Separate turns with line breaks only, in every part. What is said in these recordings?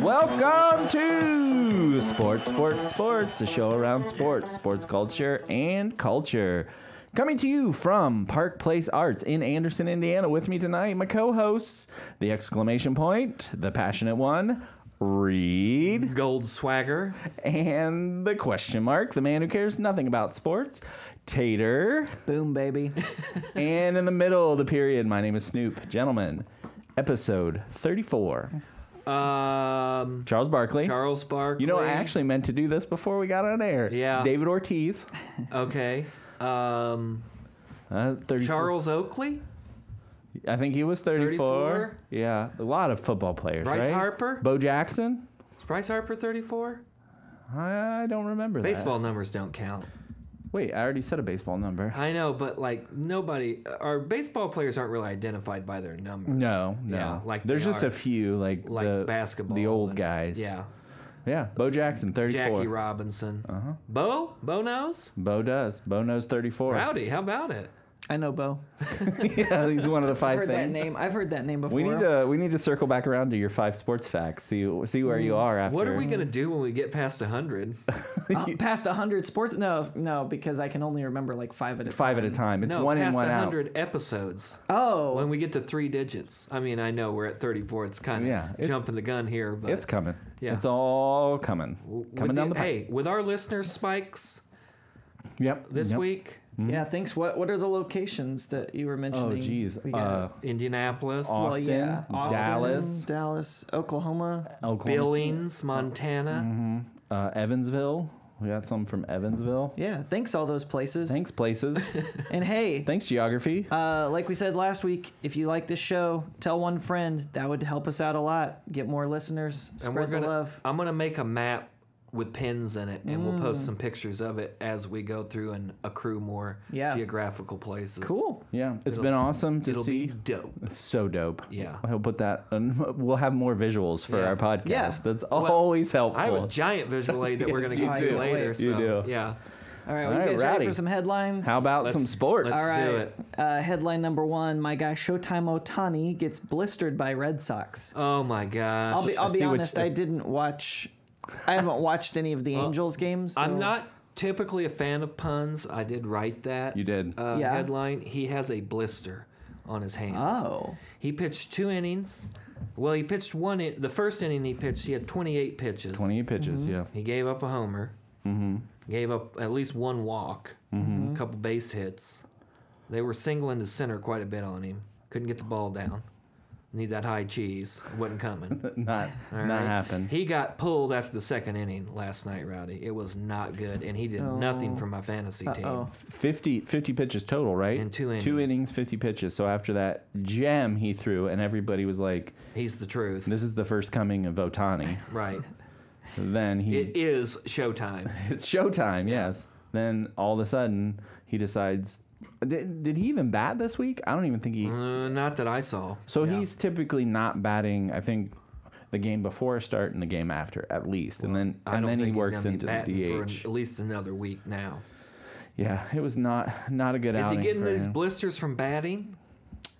Welcome to Sports, Sports, Sports, a show around sports, sports culture, and culture. Coming to you from Park Place Arts in Anderson, Indiana. With me tonight, my co hosts, the exclamation point, the passionate one, Reed,
Gold Swagger.
and the question mark, the man who cares nothing about sports, Tater.
Boom, baby.
And in the middle of the period, my name is Snoop. Gentlemen, episode 34.
Um,
Charles Barkley.
Charles Barkley.
You know, I actually meant to do this before we got on air.
Yeah.
David Ortiz.
Okay. Um,
Uh, 34.
Charles Oakley?
I think he was 34.
34?
Yeah. A lot of football players.
Bryce
right?
Harper?
Bo Jackson.
Is Bryce Harper 34?
I don't remember that.
Baseball numbers don't count.
Wait, I already said a baseball number.
I know, but like nobody, our baseball players aren't really identified by their number.
No, no.
Yeah, like
There's
they
just
are.
a few like
Like
Mm. the,
basketball.
the old
and-
guys.
Yeah.
Yeah. Bo Jackson, 34.
Jackie Robinson. Uh-huh. Bo? Bo knows?
Bo does. Bo knows 34.
Howdy, how about it?
I know Bo.
yeah, he's one of the
I've
five
heard that
things.
name. I've heard that name before.
We need to we need to circle back around to your five sports facts. See see where you are after.
What are we going to do when we get past 100?
uh, past 100 sports. No, no, because I can only remember like five at a
five at a time? It's
no,
one in
past
one out.
100 episodes.
Oh,
When we get to three digits, I mean, I know we're at 34. It's kind of
Yeah, it's-
jumping the gun here, but
It's coming.
Yeah.
It's all coming.
with
Coming down the pipe.
Hey, with our listener spikes
Yep.
this
yep.
week,
yeah. Thanks. What What are the locations that you were mentioning?
mm-hmm. Oh geez.
We got-
Uh,
Indianapolis,
Austin,
Well, yeah.
Austin,
Dallas,
Dallas, Oklahoma.
Oklahoma,
Billings, Montana.
uh, Evansville. We got some from Evansville.
Yeah. Thanks all those places.
Thanks places.
And hey,
Thanks geography.
uh, like we said last week, if you like this show, tell one friend. That would help us out a lot. Get more listeners.
And we're
Spread
gonna.
the love.
I'm gonna make a map with pins in it, and we'll post
Mm.
some pictures of it as we go through and accrue more
Yeah.
geographical places.
Cool.
yeah, it's been awesome to
It'll
see.
be dope.
so dope.
Yeah.
He'll put that on. We'll have more visuals for
Yeah.
our podcast.
Yeah.
That's
Well,
always helpful.
I have a giant visual aid that we're gonna
Yes,
get
you
to
do.
later.
You
so,
do.
Yeah.
All right.
All
Well,
right,
you guys
rowdy.
ready for some headlines?
How about
Let's-
some sports?
let's-
All right.
do it.
Uh, headline number one: My guy Showtime Otani gets blistered by Red Sox.
Oh my gosh.
I'll be
I
I'll be
see what you-
honest. I didn't watch. I haven't watched any of the Angels games. so-
I'm not typically a fan of puns. I did write that.
You did.
Uh,
Yeah.
Headline: He has a blister on his hand.
Oh,
He pitched two innings. Well, he pitched one. In- the first inning he pitched, he had 28 pitches.
28 pitches. Yeah.
He gave up a homer. Mm-hmm. Gave up at least one walk. A couple base hits. They were singling to center quite a bit on him. Couldn't get the ball down. Need that high cheese. Wasn't coming.
Not
All
not
right.
happen.
He got pulled after the second inning last night, Rowdy. It was not good, and he did
Oh.
nothing for my fantasy
Uh-oh.
team.
50, 50 pitches total, right?
In two
Two innings,
innings.
50 pitches. So after that gem he threw, and everybody was like,
He's the truth,
this is the first coming of Otani.
right?
then he.
It is showtime.
it's showtime, yes. Then all of a sudden, he decides. Did, did he even bat this week? I don't even think he.
Uh, not that I saw.
So
Yeah.
he's typically not batting, I think, the game before a start and the game after, at least. and then
I
and
don't
then
think
he
he's
works
gonna be
into
batting
the
for
DH.
an- at least another week now.
yeah, it was not not a good
Is he
outing.
getting
for
his
him.
blisters from batting?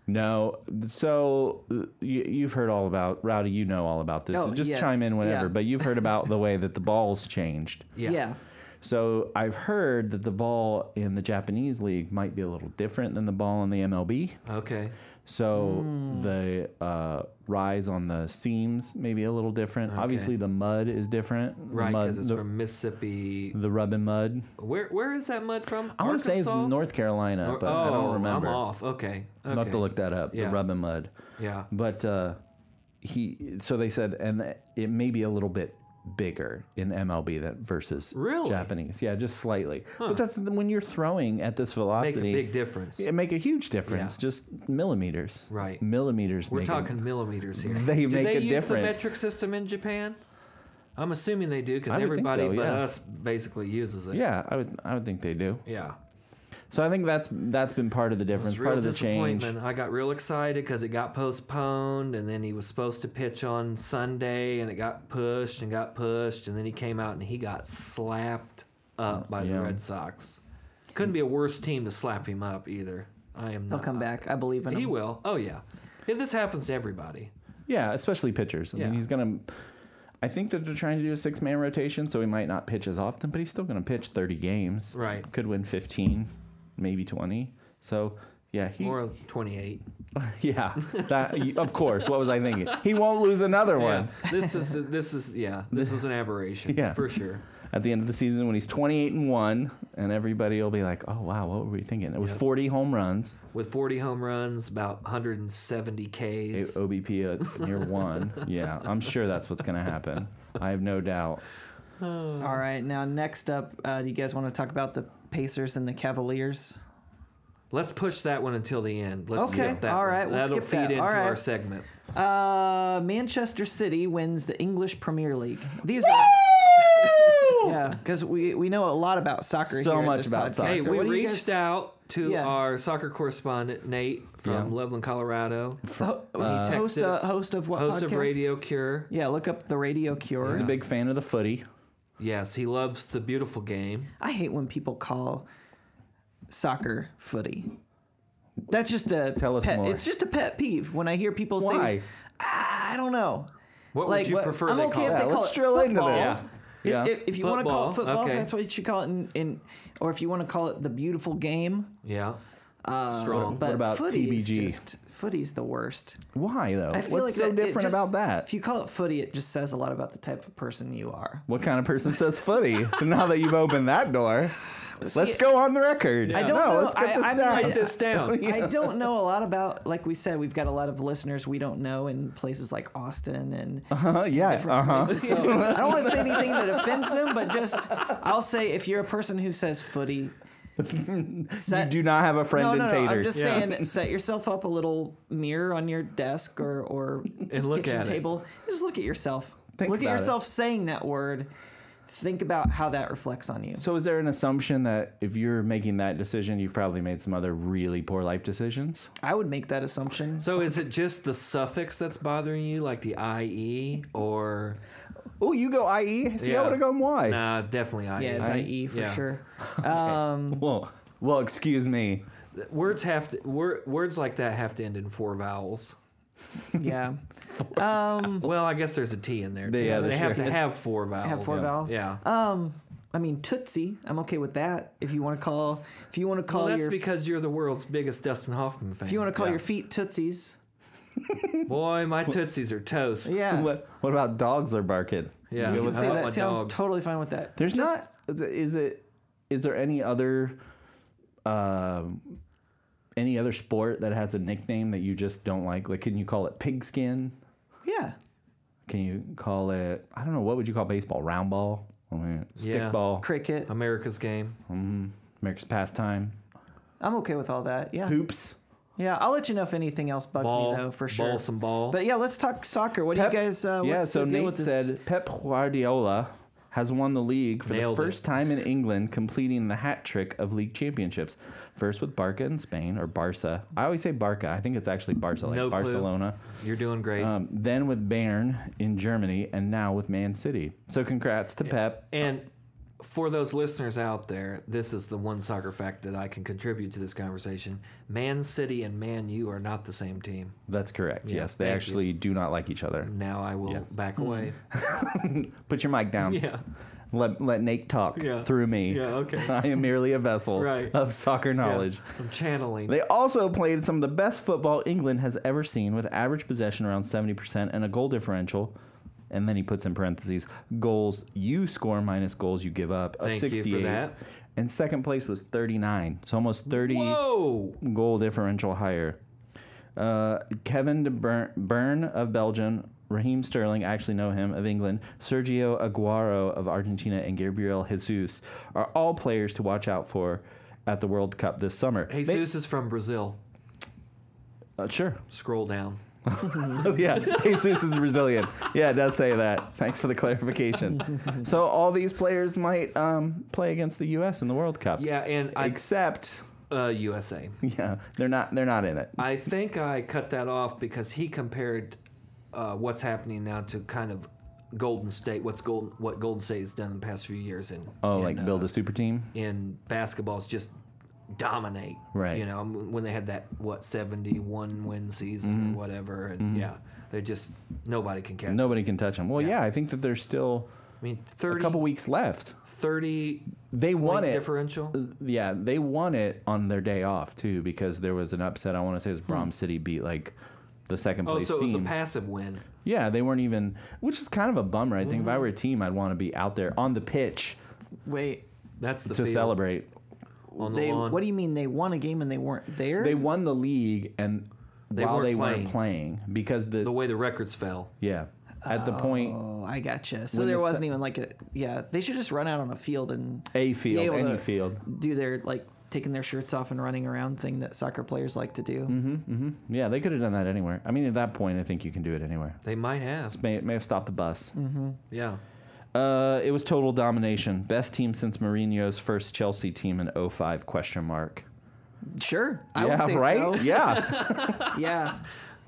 No. So uh, you, you've heard all about Rowdy. You know all about this.
Oh,
so just
yes,
chime in whenever.
yeah.
But you've heard about the way that the ball's changed.
yeah.
So I've heard that the ball in the Japanese league might be a little different than the ball in the MLB.
Okay.
So
Hmm.
the uh, rise on the seams may be a little different. Obviously, the mud is different. The
Right,
mud-
because it's
the,
from Mississippi.
the rub and mud.
Where Where is that mud from?
I want to say it's
Arkansas?
North Carolina,
Or-
but I
oh,
don't remember.
I'm off. Okay. okay.
I'll have to look that up. The
Yeah.
rub and mud.
Yeah.
But uh, he, so they said, and it may be a little bit bigger in MLB that versus
Really?
Japanese. Yeah, just slightly. But that's when you're throwing at this
Make a
velocity.
big difference.
It make a huge difference,
Yeah.
just millimeters.
Right.
Millimeters.
We're
make a-
talking millimeters here.
They
Do
make
they
a
use
difference.
the metric system in Japan? I'm assuming they do
I
because
would think
everybody
so,
but
yeah.
us basically uses it.
Yeah, I would. I would think they do.
Yeah.
So I think that's that's been part of the
It was
difference,
real
part of the change.
disappointment. I got real excited because it got postponed, and then he was supposed to pitch on Sunday, and it got pushed and got pushed, and then he came out and he got slapped up by
Yeah.
the Red Sox. Couldn't be a worse team to slap him up either. I am.
He'll
not,
come back. I believe in
Uh, He
him.
will. Oh yeah. yeah. This happens to everybody.
Yeah, especially pitchers. I mean,
Yeah.
he's gonna. I think that they're trying to do a six man rotation, so he might not pitch as often, but he's still going to pitch 30 games.
Right.
Could win 15, maybe 20. So, yeah, he,
Or 28.
yeah, that, of course. What was I thinking? He won't lose another
Yeah.
one.
this is this is yeah. This is an aberration.
Yeah.
For sure.
At the end of the season, when he's 28 and one, and everybody will be like, "Oh wow, what were we thinking?" It was
Yep.
40 home runs,
With 40 home runs, about 170
a-
uh,
Ks.
OBP at uh, near one. Yeah, I'm sure that's what's going to happen. I have no doubt.
All right, now next up, uh, do you guys want to talk about the Pacers and the Cavaliers?
Let's push that one until the end. Let's
Okay.
skip that.
All
one.
right, we'll
That'll
skip
feed
that.
into
All right.
our segment.
Uh, Manchester City wins the English Premier League. These are yeah, because we we know a lot about soccer.
So
here at
much
this
about
podcast.
soccer.
Hey,
So
we
what do you
reached
guys-
out to
Yeah.
our soccer correspondent Nate from
Yeah.
Loveland, Colorado,
Ho-
he texted-
host, uh, host of what?
host of
podcast?
Radio Cure.
Yeah, look up the Radio Cure.
He's a big fan of the footy.
Yes, he loves the beautiful game.
I hate when people call soccer footy. That's just a
Tell us
pet,
more.
It's just a pet peeve when I hear people
Why?
say, "Ah, "I don't know."
What
like
would you
what-
prefer
I'm
they
okay
call
if
it?
they
Yeah,
call
let's
it
drill into
football.
this. Yeah.
If, if- if you want to call it
Football,
football,
okay.
that's what you should call it. In, in or if you want to call it the beautiful game.
Yeah.
Uh,
Strong.
But
about
footy is
TBG?
just footy's the worst.
Why though?
I feel
What's
like
so
that- it
different
just-
about that?
If you call it footy, it just says a lot about the type of person you are.
What kind of person says footy? now that you've opened that door, let's go on the record.
I don't
No,
know.
Let's get
I-
this
I mean,
down.
I-
Write this down.
I don't know a lot about, like we said, we've got a lot of listeners we don't know in places like Austin and
Uh-huh, yeah.
different
Uh-huh.
places. So I don't want to say anything that offends them, but just I'll say if you're a person who says footy, set,
Do not have a friend
no, no,
in
no,
Tater.
I'm just
Yeah.
saying, set yourself up a little mirror on your desk or or
And look
kitchen
at it.
table. Just look at yourself.
Think
look at
about it.
yourself saying that word. Think about how that reflects on you.
so is there an assumption that if you're making that decision, you've probably made some other really poor life decisions?
I would make that assumption.
So is it just the suffix that's bothering you, like the IE, or
Oh, you go IE. See,
Yeah.
I would have gone Y.
nah, definitely IE.
Yeah, it's
I-
IE for
yeah.
sure.
Well, well, excuse me.
Words have to wor- words like that have to end in four vowels.
Yeah.
Well, I guess there's a T in there. Too.
They- yeah,
they
there's
have
sure.
to have four vowels.
Have four
yeah.
vowels? Oh,
Yeah.
I mean Tootsie, I'm okay with that. If you want to call if you want to call
well, that's
your if
because you're the world's biggest Dustin Hoffman fan. If
you want to call your feet Tootsies.
boy, my tootsies are toast.
Yeah.
What, what about dogs are barking?
Yeah.
You go
You can
with
say
I want
that
my
too. I'm
dogs.
totally fine with that.
There's
Just-
not. Is it? Is there any other, um, any other sport that has a nickname that you just don't like? Like, can you call it pigskin?
Yeah.
Can you call it? I don't know. What would you call baseball? Round ball? I mean, stick
Yeah.
ball.
Cricket.
America's game.
America's pastime.
I'm okay with all that. Yeah.
Hoops.
Yeah, I'll let you know if anything else bugs
Ball,
me though for sure.
Ball some ball.
But yeah, let's talk soccer. What
Pep-
do you guys uh what's
yeah. So
the deal
Nate
with this?
said Pep Guardiola has won the league for
Nailed it.
the first time in England, completing the hat trick of league championships. First with Barca in Spain or Barca. I always say Barca. I think it's actually Barca, like
No clue.
Barcelona.
you're doing great.
Um, then with Bayern in Germany, and now with Man City. So congrats to Pep.
and for those listeners out there, this is the one soccer fact that I can contribute to this conversation. Man City and Man U are not the same team.
That's correct.
Yeah,
yes, they
thank you.
actually do not like each other.
Now I will
Hmm.
back away.
Put your mic down.
yeah.
Let let Nate talk
Yeah.
through me.
Yeah, okay.
I am merely a vessel
Right.
of soccer knowledge.
I'm channeling.
They also played some of the best football England has ever seen, with average possession around 70% and a goal differential. And then he puts in parentheses goals you score minus goals you give up of
Thank you for
68.
that.
And second place was 39. So almost 30
Whoa!
goal differential higher. Uh, Kevin De Bur- Byrne of Belgium, Raheem Sterling, I actually know him, of England, Sergio Aguero of Argentina, and Gabriel Jesus are all players to watch out for at the World Cup this summer.
Jesus is from Brazil.
May- uh, sure.
Scroll down.
yeah, Jesus is Brazilian. Yeah, it does say that. Thanks for the clarification. so all these players might um, play against the U.S. in the World Cup.
Yeah, and I
Except,
uh, USA.
yeah, they're not. They're not in it.
I think I cut that off because he compared uh, what's happening now to kind of Golden State. What's Golden? What Golden State has done in the past few years in
Oh,
in,
like
uh,
build a super team.
in basketball is just dominate.
Right.
You know, m- when they had that what seventy one win season
Mm-hmm.
or whatever, and yeah, they just nobody can catch. 'em.
Nobody can touch them. Well, yeah, I think that there's still
I mean,
a
30,
couple weeks left.
30
They won
point
it.
differential.
Yeah, they won it on their day off too because there was an upset. I want to say it was Brom City beat like the second
Hmm. Oh,
place
so it was a
team.
passive win.
yeah, they weren't even, which is kind of a bummer. I think
Mm-hmm.
if I were a team, I'd want to be out there on the pitch
Wait,
That's the
to
field
celebrate.
on the
they,
lawn.
what do you mean they won a game and they weren't there?
They won the league and
They
while
weren't
they
playing.
weren't playing because the,
the way the records fell.
yeah at the point
oh, I gotcha. So
When
there
the
wasn't even like a yeah. They should just run out on a field and
a
be
field
able
any
to
field
do their like taking their shirts off and running around thing that soccer players like to do.
Hmm. yeah they could have done that anywhere. I mean at that point I think you can do it anywhere.
They might have.
May may have stopped the bus.
Yeah.
Uh, it was total domination. Best team since Mourinho's first Chelsea team in 05 question mark.
Sure, I
yeah,
would say
right?
so.
Yeah.
Yeah,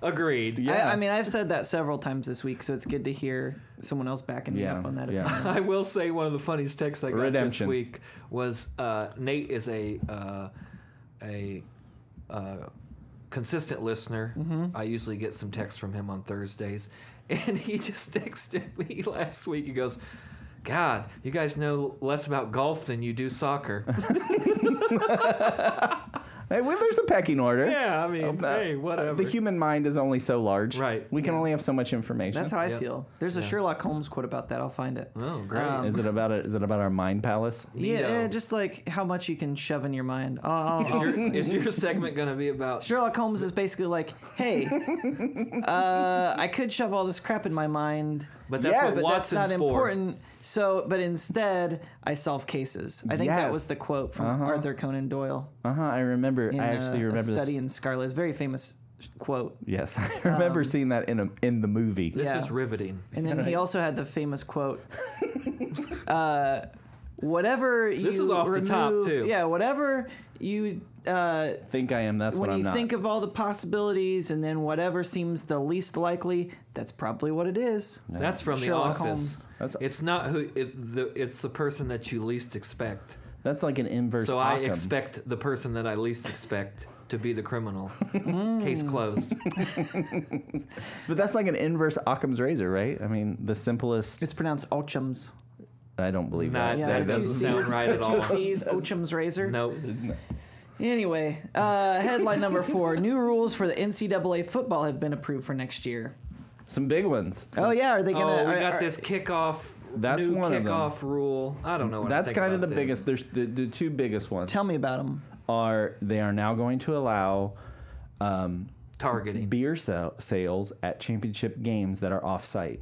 Agreed.
Yeah.
I, I mean, I've said that several times this week, so it's good to hear someone else backing me
Yeah,
up on that.
yeah.
Opinion.
I will say one of the funniest texts I got
Redemption.
this week was uh, Nate is a uh, a uh, consistent listener.
Mm-hmm.
I usually get some texts from him on Thursdays, and he just texted me last week. He goes. God, you guys know less about golf than you do soccer.
Hey, well, there's a pecking order.
yeah, I mean,
Um, uh,
hey, whatever.
The human mind is only so large.
Right.
We can only have so much information.
That's how I
Yep.
feel. There's a Sherlock Holmes quote about that. I'll find it.
Oh, great.
is it about it? Is it about our mind palace?
yeah,
Neato.
yeah, just like how much you can shove in your mind. Oh, I'll-
is, your, is your segment going to be about
Sherlock Holmes is basically like, hey, uh, I could shove all this crap in my mind.
But that's
Yeah,
what
but that's
Watson's
not
for.
important. So, but instead, I solve cases. I think that
Yes. Uh-huh.
was the quote from Arthur Conan Doyle.
Uh huh. I remember.
In,
I actually
uh,
remember
a
this.
study in Scarlet. It's a very famous quote.
Yes, I remember seeing that in a, in the movie.
this
Yeah.
is riveting.
And then he also had the famous quote. uh, whatever you
This is off the
remove,
top, too.
Yeah, whatever you uh,
Think I am. That's
when
what I'm
you
not.
think of all the possibilities, and then whatever seems the least likely, that's probably what it is.
That's from
Sherlock
The Office.
Holmes.
That's-
it's not who it, the, it's the person that you least expect.
That's like an inverse.
So I
Occam.
expect the person that I least expect to be the criminal.
Mm.
Case closed.
But that's like an inverse Occam's razor, right? I mean, the simplest.
It's pronounced Ochum's.
I don't believe
Not-
that.
yeah,
that
two
doesn't
C's. sound right at all.
Two C's, Ochum's razor.
No,
Anyway, uh, headline number four: New rules for the NCAA football have been approved for next year.
Some big ones.
Oh yeah, are they gonna?
oh, we
are-
got
are-
this kickoff.
That's
new
one of them.
kickoff rule. I don't know. What
That's kind
kind
of the biggest. There's the, the two biggest ones
Tell me about them.
are they are now going to allow um,
targeting.
beer sa- sales at championship games that are off-site.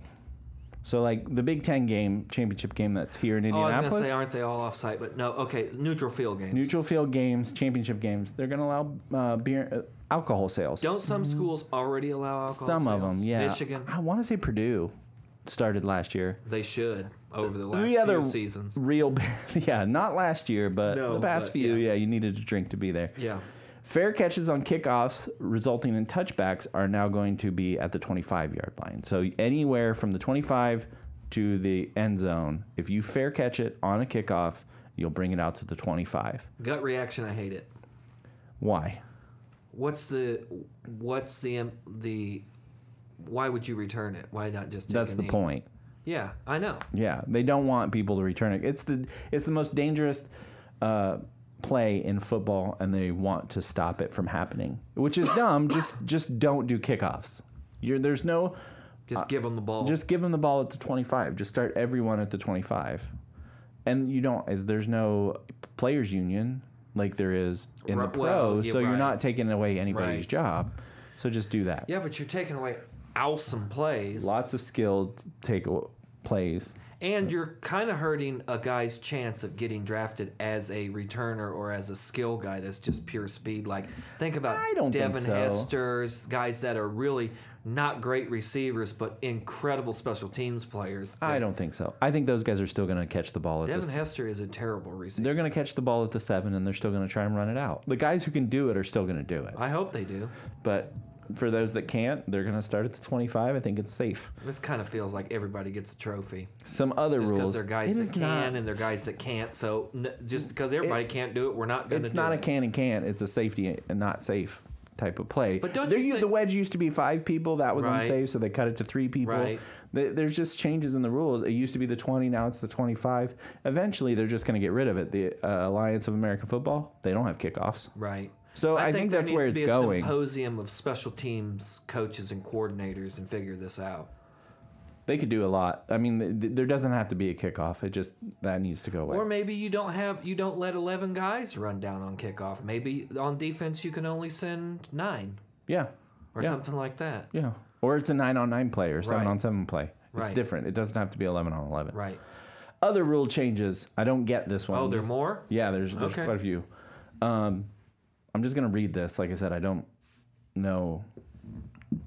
So like the Big Ten game championship game that's here in
Oh, I was
Indianapolis,
gonna say, aren't they all offsite? But no. Okay, neutral field games.
neutral field games, championship games, they're going to allow uh, beer uh, alcohol sales.
Don't some schools already allow alcohol?
Mm-hmm. Some of
sales?
them, yeah.
Michigan.
I want to say Purdue started last year.
They should over the last
The
few
other
seasons.
real, yeah, not last year, but
No,
the past
but
few,
yeah.
yeah, you needed a drink to be there.
Yeah.
Fair catches on kickoffs resulting in touchbacks are now going to be at the 25 yard line. So anywhere from the 25 to the end zone, if you fair catch it on a kickoff, you'll bring it out to the 25.
Gut reaction. I hate it.
Why?
What's the what's the im- the why would you return it? Why not just take
That's
a
the
knee?
point.
Yeah, I know.
Yeah, they don't want people to return it. It's the it's the most dangerous uh, play in football, and they want to stop it from happening, which is dumb. just just don't do kickoffs. You're, there's no
Just give them the ball.
just give them the ball at the 25. Just start everyone at the 25. And you don't, eh, there's no players' union like there is in the
Right,
pros,
well, yeah,
so you're
right.
not taking away anybody's
Right.
job. So just do that.
yeah, but you're taking away awesome plays,
Lots of skilled take plays.
and you're kind of hurting a guy's chance of getting drafted as a returner or as a skill guy that's just pure speed. Like think about
I don't think
Devin
so.
Hester's guys that are really not great receivers but incredible special teams players.
I don't think so. I think those guys are still going to catch the ball at
Devin
this.
Hester is a terrible receiver.
they're going to catch the ball at the seven, and they're still going to try and run it out. The guys who can do it are still going to do it.
I hope they do.
But for those that can't, they're going to start at the 25. I think it's safe.
This kind of feels like everybody gets a trophy.
Some other
Just because
rules.
they're guys
It
that
is
can
not-
and they're guys that can't. So n- just because everybody can't do it, we're not going to
it's
do
not a
it.
can and can't. It's a safety and not safe type of play.
But don't
There
you
u-
thi-
the wedge used to be five people. That was
Right.
unsafe, so they cut it to three people.
Right.
Th- There's just changes in the rules. It used to be the 20, now it's the 25. Eventually, they're just going to get rid of it. The uh, Alliance of American Football, they don't have kickoffs.
Right.
So I think
there
that's
needs
where
to
it's
be a
going.
Symposium of special teams coaches and coordinators and figure this out.
They could do a lot. I mean, th- th- there doesn't have to be a kickoff. It just that needs to go away.
Or maybe you don't have you don't let eleven guys run down on kickoff. Maybe on defense you can only send nine
yeah,
or
Yeah.
something like that.
yeah. Or it's a nine on nine play or seven
Right.
on seven play. It's
Right.
different. It doesn't have to be eleven on eleven.
Right.
Other rule changes. I don't get this one.
Oh, there are
This-
more.
Yeah, there's, there's
Okay.
quite a few. Um, I'm just gonna read this. Like I said, I don't know.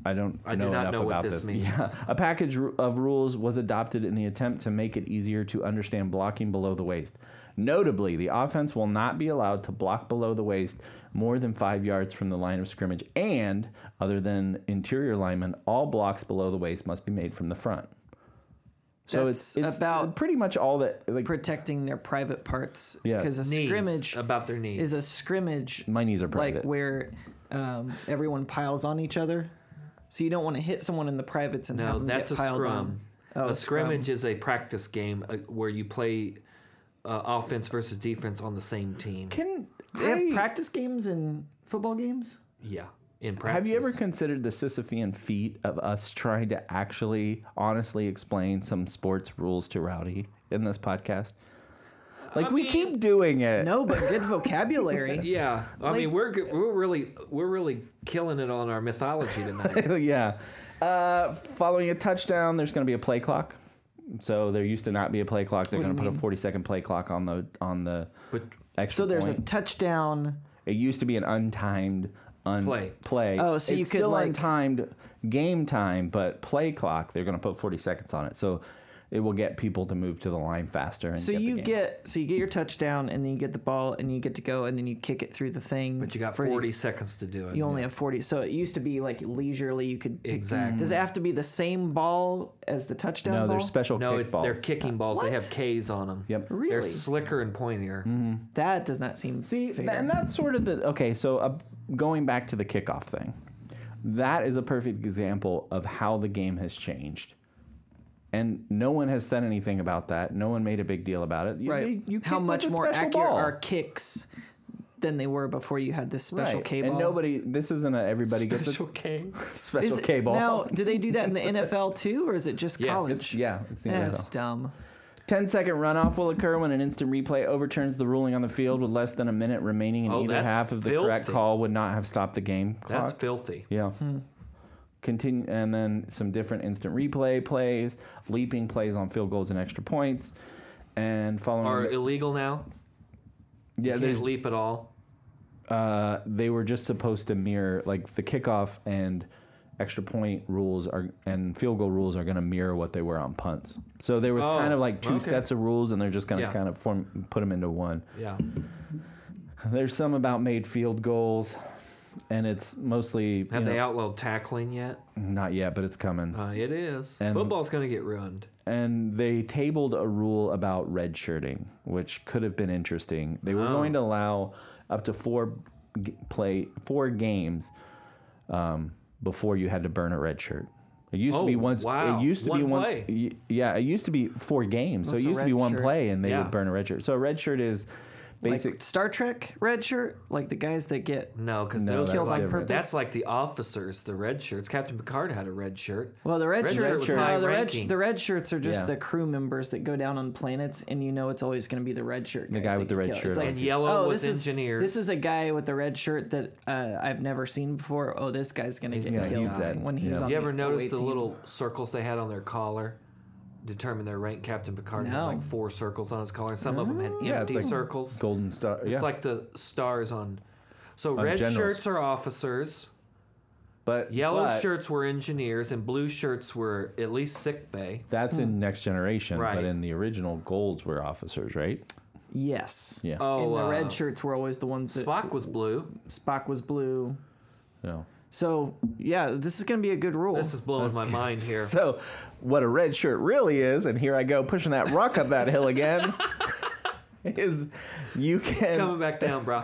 I don't.
I do
know
not
enough
know what
about
this means.
Yeah. A package ru- of rules was adopted in the attempt to make it easier to understand blocking below the waist. Notably, the offense will not be allowed to block below the waist more than five yards from the line of scrimmage, and other than interior linemen, all blocks below the waist must be made from the front. So it's,
That's
it's
about-
pretty much all that like
protecting their private parts.
Yeah.
Because a
Knees,
scrimmage
about their knees.
is a scrimmage
my knees are
like
private.
where um, everyone piles on each other. So you don't want to hit someone in the privates and have
No,
them
that's a
get piled
scrum.
on. Oh,
a
a scrum.
scrimmage is a practice game uh, where you play uh, offense versus defense on the same team.
Can
They have
I-
practice games and football games.
Yeah, in practice.
Have you ever considered the Sisyphean feat of us trying to actually honestly explain some sports rules to Rowdy in this podcast? Like we
mean-
keep doing it.
No, but good vocabulary.
Yeah, I mean we're g- we're really we're really killing it on our mythology tonight.
yeah. Uh, following a touchdown, there's going to be a play clock. So there used to not be a play clock. They're going to put a 40 second play clock on the on the
but
extra
So there's a
point.
touchdown.
It used to be an untimed un-
Play.
Oh, so you
It's
could,
still
like-
untimed game time, but play clock. They're going to put forty seconds on it, so it will get people to move to the line faster. And
So
get the
you
game.
get so you get your touchdown and then you get the ball and you get to go and then you kick it through the thing.
but you got
for-
forty seconds to do it.
You only have forty. So it used to be like leisurely. You could pick-
Exactly.
Does it have to be the same ball as the touchdown?
no.
ball?
There's special
no,
kick
it's
balls.
they're kicking balls. They have
What?
K's on them.
Yep.
They're
Really? Mm-hmm.
slicker and pointier.
That does not seem
See,
fair.
tha- and that's sort of the okay. So uh, going back to the kickoff thing, that is a perfect example of how the game has changed. And no one has said anything about that. No one made a big deal about it. You,
right.
you, you
How
kick with
much
a
more
special
accurate
ball.
are kicks than they were before you had this special
Right.
K ball?
And nobody. This isn't a everybody gets
Special K.
a special
Is
K
it-
ball.
Now, do they do that in the NFL too, or is it just
Yes.
college?
Yeah, it's the
That's
NFL.
dumb.
10 second runoff will occur when an instant replay overturns the ruling on the field with less than a minute remaining, and
Oh,
either
that's
half of the correct
filthy.
call would not have stopped the game clock.
That's filthy.
Mm-hmm.
yeah.
Hmm.
Continue, and then some different instant replay plays, leaping plays on field goals and extra points, and following.
Are illegal now?
yeah,
Can't
there's,
leap at all.
uh, they were just supposed to mirror like the kickoff and extra point rules are and field goal rules are going to mirror what they were on punts. So there was
Oh,
kind of like two
okay.
sets of rules, and they're just going to
Yeah.
kind of form put them into one.
Yeah.
There's some about made field goals, and it's mostly you
Have they
know,
outlawed tackling yet?
not yet, but it's coming.
Uh, it is.
And-
Football's going to get ruined.
and they tabled a rule about red shirting, which could have been interesting. They
Oh.
were going to allow up to four g- play four games um, before you had to burn a red shirt. It used to be
Oh,
once.
wow.
It used to be
One
one.
play.
y- Yeah, it used to be four games. so
What's
it
a
used to be
red
one
shirt?
play, and they
Yeah.
would burn a red shirt. So a red shirt is basic.
Like Star Trek red shirt, like the guys that get
No, because
No,
those
that's
are like
different.
that's like the officers, the red shirts. Captain Picard had a red shirt.
well the red,
Red shirt
shirts.
was
no,
high
Oh, the red
ranking.
the red shirts are just
Yeah.
the crew members that go down on planets, and you know it's always going to be the red shirt.
guy with the red shirt on.
And yellow was
Oh, this
engineered.
Is, this is a guy with the red shirt that uh, I've never seen before. Oh, this guy's going to get
gonna-
killed
he's dead.
when he's
Yeah.
on.
you ever
the
notice
away
the
team.
little circles they had on their collar? Determine their rank. Captain Picard had
No.
like four circles on his collar. Some of them had
yeah,
empty
it's like
circles.
golden star.
It's
yeah.
like the stars on. So red
generals.
shirts are officers.
but
Yellow
but-
shirts were engineers, and blue shirts were at least sick bay.
That's in Next Generation,
Hmm. Right.
but in the original, golds were officers, right?
Yes.
Yeah.
Oh,
and the
uh,
red shirts were always the ones that
Spock was blue.
Spock was blue.
No.
So yeah, this is going to be a good rule.
This is blowing my mind here.
So, what a red shirt really is, and here I go pushing that rock up that hill again. is you
Coming
can
back down, bro.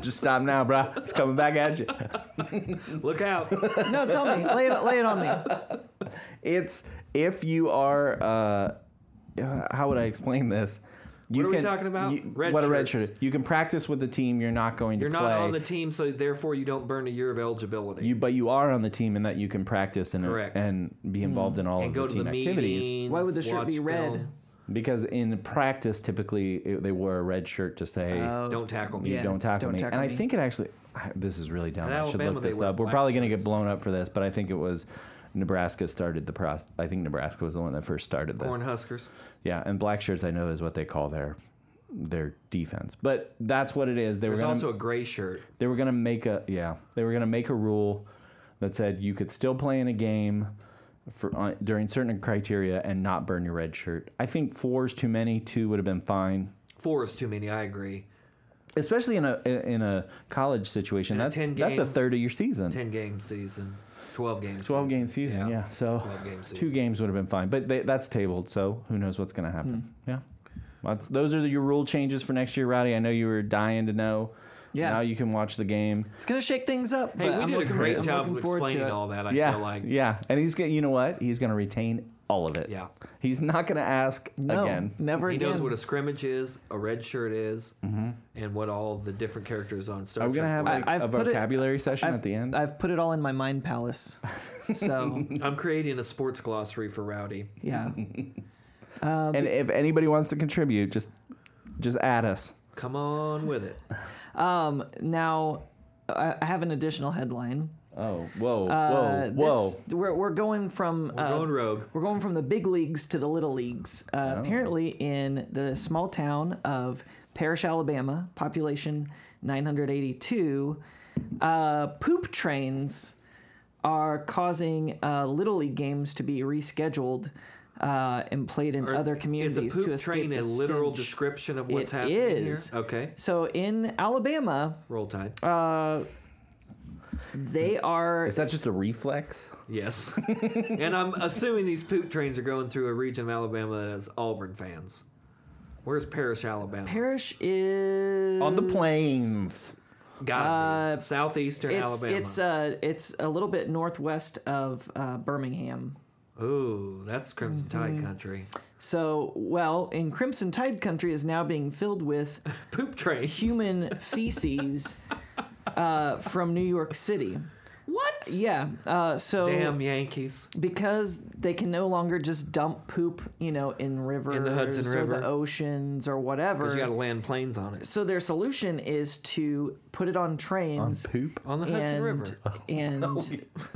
just stop now, bruh. It's coming back at you.
Look out.
no, tell me, lay it, lay it on me.
It's if you are, uh, uh, how would I explain this? You
are we talking about?
you-
Red
what a red
shirts.
shirt. You can practice with the team. You're not going
You're
to
not
play.
on the team, so therefore you don't burn a year of eligibility.
you, but you are on the team in that you can practice and
Correct. Hmm.
and be involved in all
and
of
go
the
to
team
the
activities.
meetings.
Why would the shirt
watch
be red?
film.
Because in practice, typically it, they wore a red shirt to say
Don't tackle me.
you
Oh. Yeah,
don't tackle
don't
me.
tackle
and I
me.
think it actually, I- this is really dumb.
In
I should
Alabama,
look
they
this
wear
up. We're
black
probably going to get
shirts.
blown up for this, but I think it was Nebraska started the process. I think Nebraska was the one that first started this.
Corn Huskers.
Yeah, and black shirts I know is what they call their their defense, but that's what it is. They were
There's
gonna,
also a gray shirt.
they were going to make a yeah they were going to make a rule that said you could still play in a game for on, during certain criteria and not burn your red shirt. I think four is too many. Two would have been fine,
Four is too many. I agree.
especially in a in a college situation.
In a
that's
10
that's a
game-
third of your season.
Ten game season. Twelve game.
12 game season, yeah. So
12 game
two
season.
games would have been fine, but they, that's tabled. So who knows what's going to happen? Yeah. That's, those are your rule changes for next year, Rowdy. I know you were dying to know.
Yeah.
Now you can watch the game.
It's going to shake things up.
Hey,
but
we
I'm
did a
looking-
great
I'm
job
looking
of
forward to
explaining
it.
all that. I
yeah.
feel like
yeah. And he's going to, you know what? He's going to retain all of it.
Yeah.
He's not going to ask
No,
again.
never
he
again.
knows what a scrimmage is, a red shirt is, and what all the different characters on
Mm-hmm.
Star
Are we
Trek.
going to have
were.
like,
I-
a
I've put it-
vocabulary session
I've,
at the end?
I've put it all in my mind palace. So
I'm creating a sports glossary for Rowdy.
yeah,
and if anybody wants to contribute, just just add us.
Come on with it.
Um, now, I I have an additional headline.
Oh, whoa,
Uh,
whoa, whoa.
this- we're, we're going from
We're
uh,
going rogue.
we're going from the big leagues to the little leagues.
Oh.
Uh, Apparently, in the small town of Parrish, Alabama, population 982, uh, poop trains are causing uh, little league games to be rescheduled uh, and played in
Or
other communities
Is a
to
poop
escape
train
the
a literal
stench.
description of what's
It
happening
is. Uh,
here? Okay.
So in Alabama,
Roll Tide.
they are
Is that just a reflex?
yes. and I'm assuming these poop trains are going through a region of Alabama that has Auburn fans. Where's Parrish, Alabama?
Parish is
On the plains.
Gotta be.
Uh,
Southeastern
It's
Alabama.
it's uh it's a little bit northwest of uh, Birmingham.
Ooh, that's Crimson Tide
Mm-hmm.
country.
So well, in Crimson Tide country is now being filled with
Poop train.
human feces uh, from New York City.
What?
Yeah. Uh, so
Damn Yankees.
because they can no longer just dump poop, you know, in rivers
Hudson
or
River.
the oceans or whatever.
Because you got to land planes on it.
so their solution is to put it on trains
Poop.
On the Hudson River.
and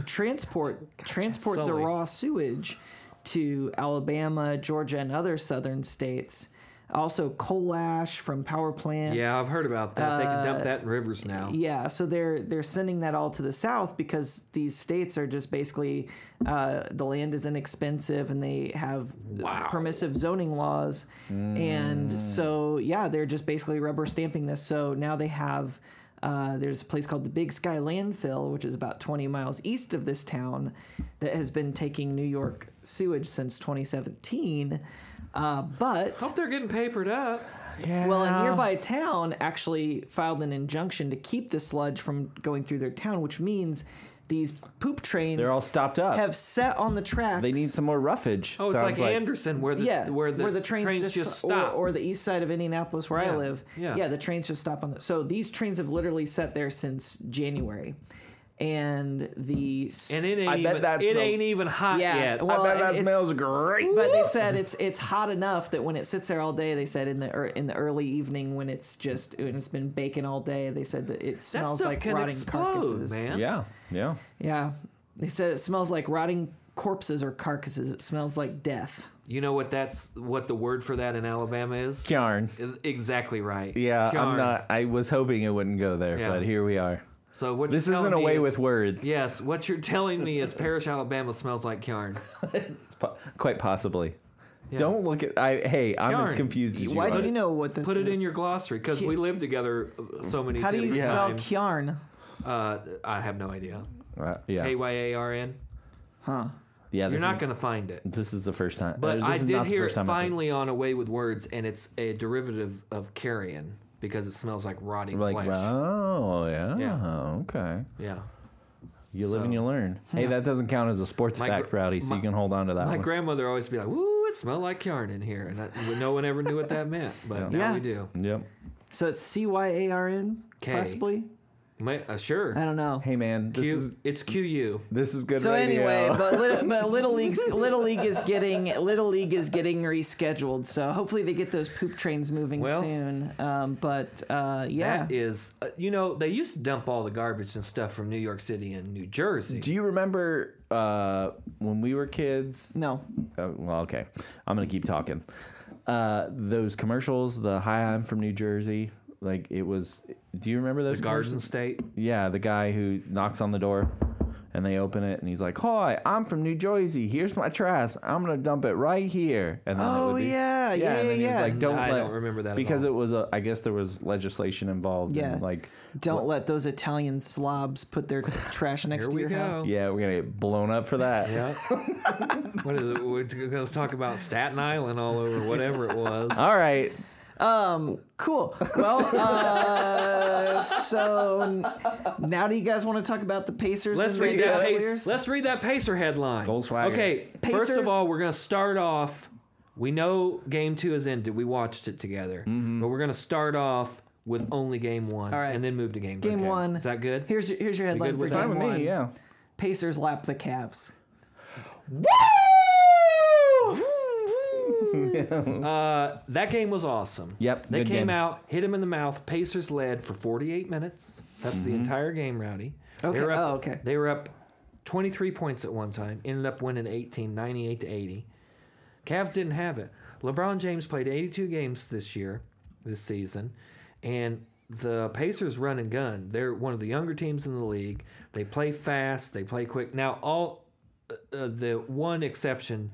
transport transport the
Sully.
raw sewage to Alabama, Georgia, and other southern states. Also, coal ash from power plants.
Yeah, I've heard about that. they can
Uh,
dump that in rivers now.
Yeah, so they're they're sending that all to the south because these states are just basically uh, the land is inexpensive and they have
Wow.
permissive zoning laws, and so yeah, they're just basically rubber stamping this. So now they have. Uh, there's a place called the Big Sky Landfill, which is about 20 miles east of this town, that has been taking New York sewage since 2017. Uh, but
Hope they're getting papered up.
well, a nearby town actually filed an injunction to keep the sludge from going through their town, which means these poop trains
They're all stopped up.
have set on the tracks.
they need some more roughage.
Oh, it's
Sounds
like, Anderson where the
yeah,
where the, trains, just, stop.
or, or the east side of Indianapolis where I
Yeah,
live.
yeah.
yeah, the trains just stop on. The, so these trains have literally sat there since January, and the s-
and it ain't
I bet
even,
that
it
smell-
ain't even hot
Yeah,
yet.
I
well,
bet
and
that
it's-
smells great.
But they said it's it's hot enough that when it sits there all day, they said in the er, in the early evening when it's just when it's been baking all day, they said that it
that
smells
stuff
like
can
rotting
explode,
carcasses.
man.
yeah, yeah.
Yeah, they said it smells like rotting corpses or carcasses. It smells like death.
You know what that's what the word for that in Alabama is?
Yarn.
Exactly right.
Yeah, I'm
Kjarn.
not. I was hoping it wouldn't go there,
Yeah.
but here we are.
So what
This
you're telling
isn't a
me
way
is-
with words.
Yes, what you're telling me is Parrish, Alabama smells like yarn.
It's po- quite possibly. Don't look at. I hey, I'm as
Yarn.
confused as you
Why
are.
do you know what this?
uh, Put it
is?
in your glossary because we lived together uh, so many
How do
different
you
times.
spell Kjarn?
Uh, I have no idea.
Uh, yeah.
K Y A R N.
Huh.
yeah.
You're
this
not
is-
going to find it.
This is the first time.
But
uh,
I
this is
did
not the
hear it
first time I heard-
finally on Away with Words, and it's a derivative of carrion because it smells like rotting
Like,
flesh.
oh, yeah.
Yeah.
Okay.
Yeah.
You live and
So-
you learn. Hey, that doesn't count as a sports
My gr-
fact, Rowdy, so
my-
you can hold on to that
My
one.
grandmother always be like, "Woo, it smelled like yarn in here," and I, no one ever knew what that meant, but now
Yeah.
we do.
yep.
So it's C Y A R N,
K.
possibly.
Ma- uh, sure,
I don't know.
Hey, man, this
Q,
is
it's QU.
this is good
So
radio.
anyway, but little, but little league's little league is getting little league is getting rescheduled. So hopefully they get those poop trains moving
Well-
soon. Um, but uh, yeah,
That is, uh, you know, they used to dump all the garbage and stuff from New York City and New Jersey.
Do you remember uh, when we were kids?
no,
Oh, well, okay. I'm gonna keep talking. Uh, those commercials, the "Hi, I'm from New Jersey." Like it was. Do you remember those?
the Garden
commercials?
State.
Yeah, the guy who knocks on the door, and they open it, and he's like, "Hi, I'm from New Jersey. Here's my trash. I'm gonna dump it right here." And then it
Oh,
would be-
yeah, yeah,
and then he was
yeah.
like, "Don't
I
let."
don't remember that at
because
all.
it was a. I guess there was legislation involved. Yeah.
Yeah.
like.
don't let those Italian slobs put their trash next
Here
to
we
your
go.
house.
Yeah, we're gonna get blown up for that.
Yeah. what is it? We're t- let's talk about Staten Island all over, whatever it was.
All right.
Um, cool. Well, uh, so n- now do you guys want to talk about the Pacers?
Let's
and the
read that. pa-
Cavaliers?
let's read that Pacer headline.
Goldschwager.
Okay, first
Pacers.
of all, we're gonna start off. We know game two is ended. We watched it together, but we're gonna start off with only game one,
Mm-hmm. right.
and then move to game two.
Game
Okay.
one.
Is that good?
Here's your, here's your
good
headline for
with
game
that?
Fine with
one.
me. Yeah.
Pacers lap the Cavs.
Uh, that game was awesome.
Yep,
They
good
came
game.
out, hit him in the mouth. Pacers led for 48 minutes. That's the entire game, Rowdy. They
Mm-hmm. Okay,
were up-
oh, okay.
They were up 23 points at one time. Ended up winning 18, 98 to 80. Cavs didn't have it. LeBron James played 82 games this year, this season, and the Pacers run and gun. They're one of the younger teams in the league. They play fast. They play quick. Now, all uh, uh, the one exception,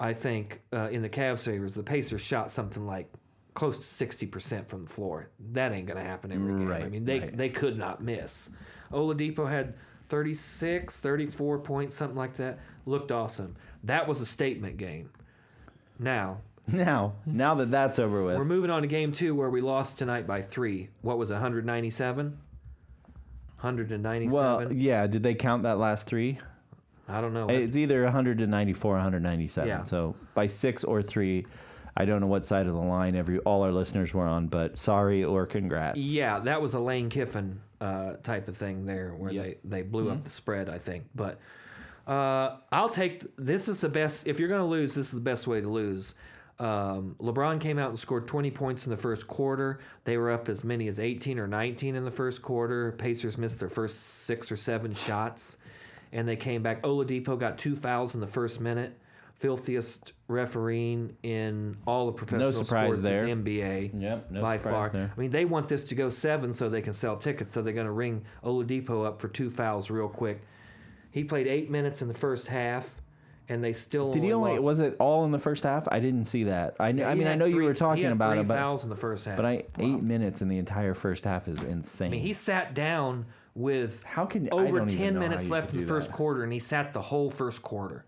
I think, uh, in the Cavs' favor is the Pacers shot something like close to 60% from the floor. That ain't going to happen every game. I
Right,
mean, they,
right.
they could not miss. Oladipo had 36, 34 points, something like that. Looked awesome. That was a statement game. Now,
Now, now that that's over with,
we're moving on to game two where we lost tonight by three. What was it, 197? 197?
Well, yeah. Did they count that last three?
I don't know.
It's either 194, 197.
Yeah.
So by six or three, I don't know what side of the line every all our listeners were on, but sorry or congrats.
Yeah, that was a Lane Kiffin uh, type of thing there, where they they blew
Mm-hmm.
up the spread, I think. But uh, I'll take this is the best. If you're going to lose, this is the best way to lose. Um, LeBron came out and scored 20 points in the first quarter. They were up as many as 18 or 19 in the first quarter. Pacers missed their first six or seven shots, and they came back. Oladipo got two fouls in the first minute. Filthiest refereeing in all of professional
surprise
sports
there.
is NBA
Yep, no
by
surprise
far.
there.
I mean, they want this to go seven so they can sell tickets. So they're going to ring Oladipo up for two fouls real quick. He played eight minutes in the first half, and they still
Did
only
he only
lost-
was it all in the first half? I didn't see that. I kn-
Yeah,
I
he
mean I
had
know
three-
you were
he
talking
had
about
three
it, but
fouls in the first half.
but I eight minutes in the entire first half is insane.
I mean, he sat down with
How can- I
over
don't even
ten
know how
minutes
you
left
could
in the
do
first
that.
quarter, and he sat the whole first quarter.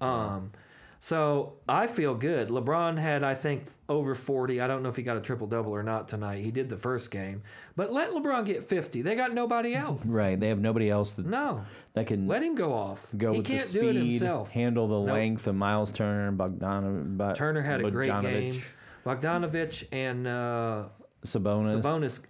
Um, so I feel good. LeBron had, I think, over forty. I don't know if he got a triple double or not tonight. He did the first game, but let LeBron get fifty. They got nobody else.
right, they have nobody else that,
No,
that can
let him go off.
go
he
with
can't
the speed,
do it himself.
handle the length of Miles Turner and Bogdan Bo-
Turner had a great
Bogdanovich,
game. Bogdanovich and uh,
Sabonis.
Sabonis,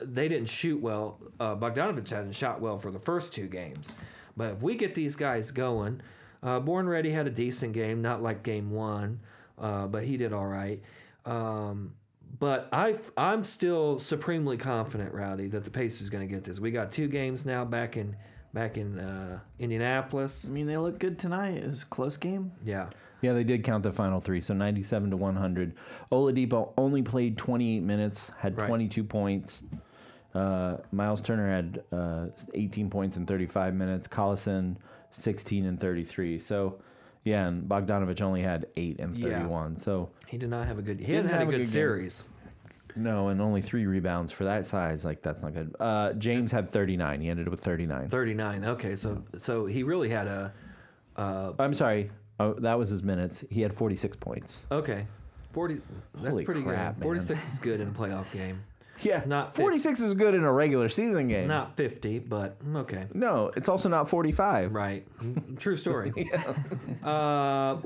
they didn't shoot well. Uh, Bogdanovich hadn't shot well for the first two games. But if we get these guys going, uh, Born Ready had a decent game, not like game one, uh, but he did all right. Um, but I, I'm still supremely confident, Rowdy, that the Pacers going to get this. We got two games now back in back in uh, Indianapolis.
I mean, they look good tonight. It was a close game.
Yeah.
Yeah, they did count the final three, so 97 to 100. Oladipo only played 28 minutes, had
Right.
22 points. Uh, Miles Turner had uh, 18 points in 35 minutes. Collison 16 and 33. So, yeah, and Bogdanovich only had eight and
Yeah.
31. So
He did not have a good. He
Didn't
hadn't had
have
a
a
good,
good game.
series.
No, and only three rebounds for that size. Like that's not good. Uh, James had 39. He ended up with 39.
39. Okay, so so he really had a uh,
I'm sorry. Oh, that was his minutes. He had 46 points.
okay. 40 That's
Holy
pretty
crap,
good.
man.
46 is good in a playoff game.
Yeah,
not
46 is good in a regular season game.
Not 50, but mm, okay.
no, it's also not 45.
Right. True story. uh,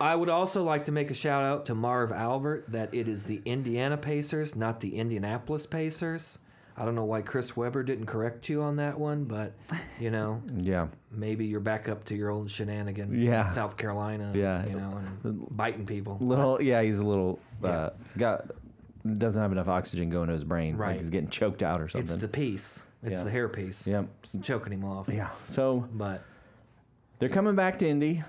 I would also like to make a shout out to Marv Albert that it is the Indiana Pacers, not the Indianapolis Pacers. I don't know why Chris Webber didn't correct you on that one, but you know,
Yeah.
maybe you're back up to your old shenanigans.
Yeah.
in South Carolina.
Yeah.
You know, and biting people.
Little. Yeah, he's a little. Uh, got doesn't have enough oxygen going to his brain. Like
Right.
he's getting choked out or something.
It's the piece. It's
Yeah.
the hair piece.
Yep.
It's choking him off.
yeah. So
But
they're coming back to Indy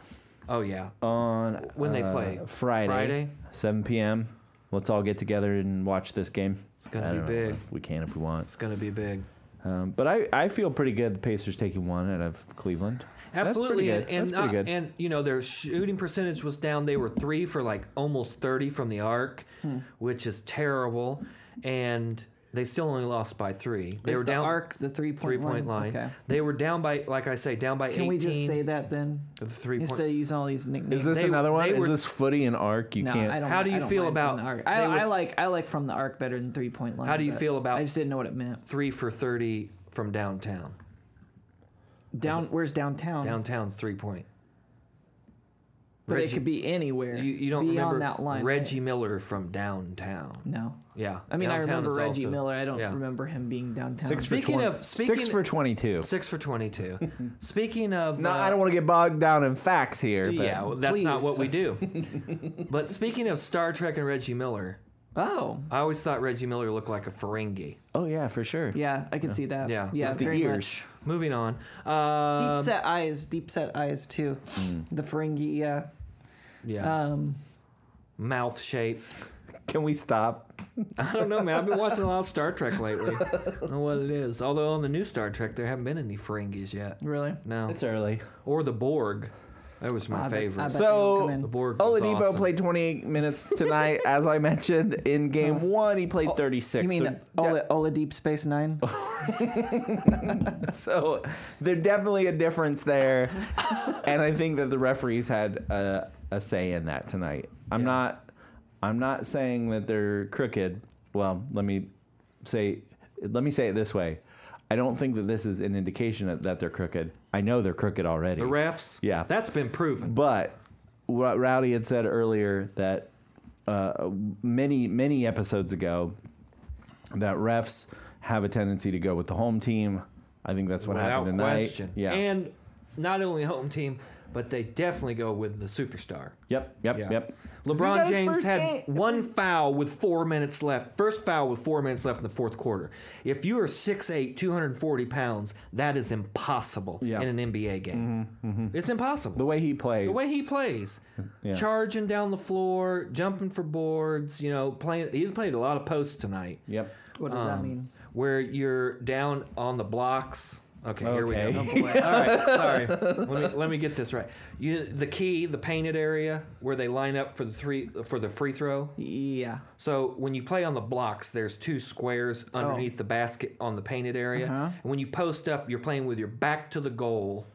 oh yeah.
on
When they
uh,
play.
Friday,
Friday?
7 p.m. Let's all get together and watch this game. It's
gonna be big.
We can if we want.
It's gonna be big.
Um, but I, I feel pretty good. The Pacers taking one out of Cleveland.
Absolutely,
That's pretty good.
and
That's
and, uh,
pretty good.
and you know their shooting percentage was down. They were three for like almost thirty from the arc,
Hmm.
which is terrible. And they still only lost by three. They
It's
were
the
down
arc, the three point
three point line.
Okay.
They were down by like I say, down by
Can
eighteen.
we just say that then?
the three
Instead of
point.
using all these nicknames.
Is this
They-
another one?
they
Is
were-
this footy and arc? You
no,
can't.
I don't,
How do
I
you
don't
feel
mind
about-
from the arc?
they
I,
would-
I like I like from the arc better than three point line.
How do you
but
feel about-
I just didn't know what it meant.
Three for thirty from downtown.
Down where's downtown?
Downtown's three point.
Um, but
Reggie-
it could be anywhere.
You, you don't
beyond
remember
that line.
Reggie Miller from downtown.
No.
Yeah,
I mean, I
downtown
remember
is
Reggie
also-
Miller. I don't
yeah.
remember him being downtown.
Six for
Speaking
20,
of- speaking-
six for twenty-two.
Six for twenty-two. Speaking of,
No,
uh,
I don't want to get bogged down in facts here. But
Yeah, well, that's not
please.
what we do. but speaking of Star Trek and Reggie Miller,
Oh,
I always thought Reggie Miller looked like a Ferengi.
Oh yeah, for sure.
yeah, I can see that.
Yeah,
Uh, yeah,
it's the
very
ears.
much.
Moving on.
Deep
Um,
set eyes, deep set eyes too.
Mm.
The Ferengi, yeah.
yeah.
Um,
Mouth shape.
Can we stop?
I don't know, man. I've been watching a lot of Star Trek lately. I don't know what it is. Although on the new Star Trek, there haven't been any Ferengis yet.
really?
No.
It's early.
or the Borg. That was my
I bet-
favorite.
I bet
So-
they don't come in.
the Borg.
Oh,
was
Oladipo
awesome.
played 28 minutes tonight, as I mentioned in game one. He
Oh,
played 36.
you mean
so,
uh,
Ola, Ola Deep Space Nine?
so there definitely a difference there, and I think that the referees had a, a say in that tonight. I'm
Yeah.
not, I'm not saying that they're crooked. Well, let me say, let me say it this way. I don't think that this is an indication that- that they're crooked. I know they're crooked already.
The refs.
Yeah.
That's been proven.
But what Rowdy had said earlier that uh, many many episodes ago that refs have a tendency to go with the home team. I think that's what
Without
happened tonight.
question.
Yeah.
And not only home team, but they definitely go with the superstar.
yep. Yep.
Yeah.
Yep.
LeBron
Because he got his
James
first
had
game-
one foul with four minutes left. First foul with four minutes left in the fourth quarter. If you are 6'8, 240 pounds, that is impossible
Yeah. Mm-hmm.
in an NBA game. It's impossible.
the way he plays.
The way he plays,
Yeah.
charging down the floor, jumping for boards, you know, playing. He's played a lot of posts tonight.
yep.
What does that
Um,
mean?
Where you're down on the blocks. Okay, here we go.
Okay.
Oh, boy. All right, sorry. Let me let me get this right. You, the key, the painted area where they line up for the three for the free throw.
Yeah.
So when you play on the blocks, there's two squares underneath the basket on the painted area.
Oh. Uh-huh.
And when you post up, you're playing with your back to the goal,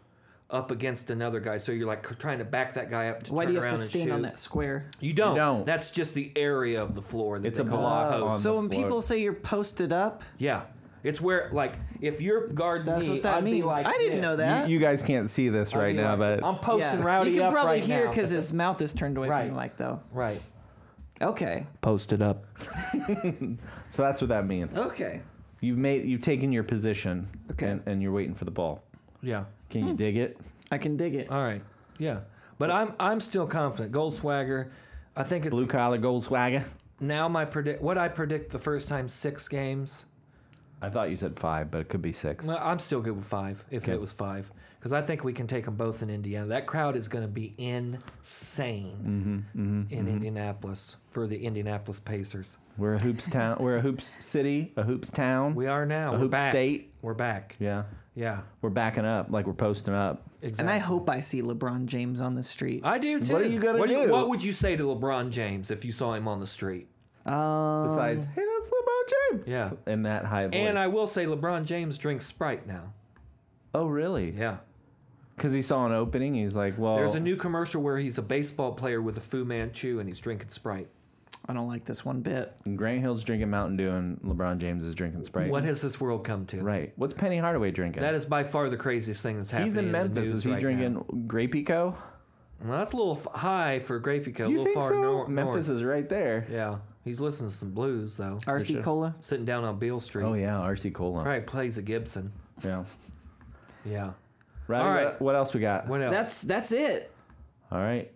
up against another guy. So you're like trying to back that guy up to
Why do
turn
you have
around
to
and
stand
shoot.
on that square?
You don't.
don't.
That's just the area of the floor. That
It's
they
a
call
block
the post.
on
So
the
when
floor.
people say you're posted up,
Yeah. It's where, like, if you're guarding
That's
me,
what that
I'd be
means.
like
I didn't
this.
know
You,
that.
you guys can't see this
I'd
right
be
now,
like,
but
I'm posting rowdy
you can
up
probably
right
hear
now.
because his mouth is turned away
Right.
from you like though.
right,
Okay.
posted up.
so that's what that means.
Okay.
You've made you've taken your position.
Okay.
And, and you're waiting for the ball.
Yeah.
Can you dig it?
I can dig it.
All right. Yeah. But I'm I'm still confident. Gold swagger. I think it's
Blue collar gold swagger.
now my predict what I predict the first time six games.
I thought you said five, but it could be six.
Well, I'm still good with five if
Okay.
it was five because I think we can take them both in Indiana. That crowd is going to be insane in
Mm-hmm.
Indianapolis for the Indianapolis Pacers.
We're a hoops town. We're a hoops city, a hoops town.
We are now.
A
We're
hoop
back.
state.
We're back.
Yeah,
Yeah.
we're backing up. Like we're posting up.
Exactly. Uh,
And I hope I see LeBron James on the street.
I do too.
What are you gonna
what
do?
what would you say to LeBron James if you saw him on the street?
Oh.
Besides, hey, that's LeBron James.
Yeah.
In that high voice.
And I will say LeBron James drinks Sprite now.
oh, really?
Yeah.
Because he saw an opening. He's like, well.
There's a new commercial where he's a baseball player with a Fu Manchu and he's drinking Sprite.
Um, I don't like this one bit.
Grant Hill's drinking Mountain Dew and LeBron James is drinking Sprite.
What has this world come to?
Right. What's Penny Hardaway drinking?
That is by far the craziest thing that's happening.
He's in
the
Memphis.
news
Is he
right
drinking
now.
Grapeco?
Well, that's a little f- high for Grapeco. a
You
little
think
far
so?
nor-
Memphis
north.
is right there.
Yeah, he's listening to some blues though.
RC Cola.
Sitting down on Beale Street.
Oh yeah, RC Cola.
Probably plays a Gibson.
Yeah.
Yeah.
Right.
All right.
What, what else we got?
What else?
That's that's it.
All right.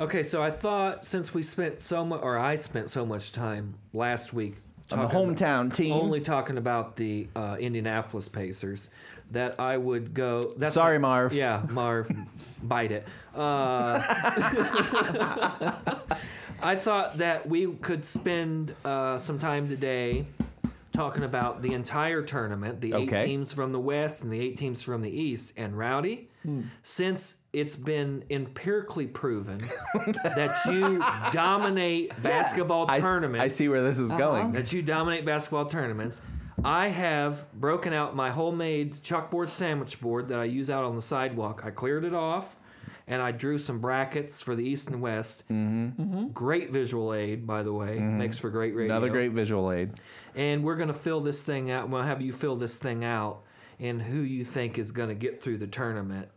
Okay, so I thought since we spent so much, or I spent so much time last week
On the
talking about-
hometown team.
only talking about the uh, Indianapolis Pacers, that I would go. That's
Sorry, Marv.
Yeah, Marv, bite it. Uh, I thought that we could spend uh, some time today talking about the entire tournament, the eight
Okay.
teams from the West and the eight teams from the East. And Rowdy,
Hmm.
since it's been empirically proven that you dominate basketball
I, s-
tournaments,
I see where this is going.
that you dominate basketball tournaments. I have broken out my homemade chalkboard sandwich board that I use out on the sidewalk. I cleared it off and I drew some brackets for the East and West. Mm-hmm. Great visual aid, by the way. Makes for great
Mm-hmm.
radio.
Another great visual aid.
And we're going to fill this thing out. We'll have you fill this thing out and who you think is going to get through the tournament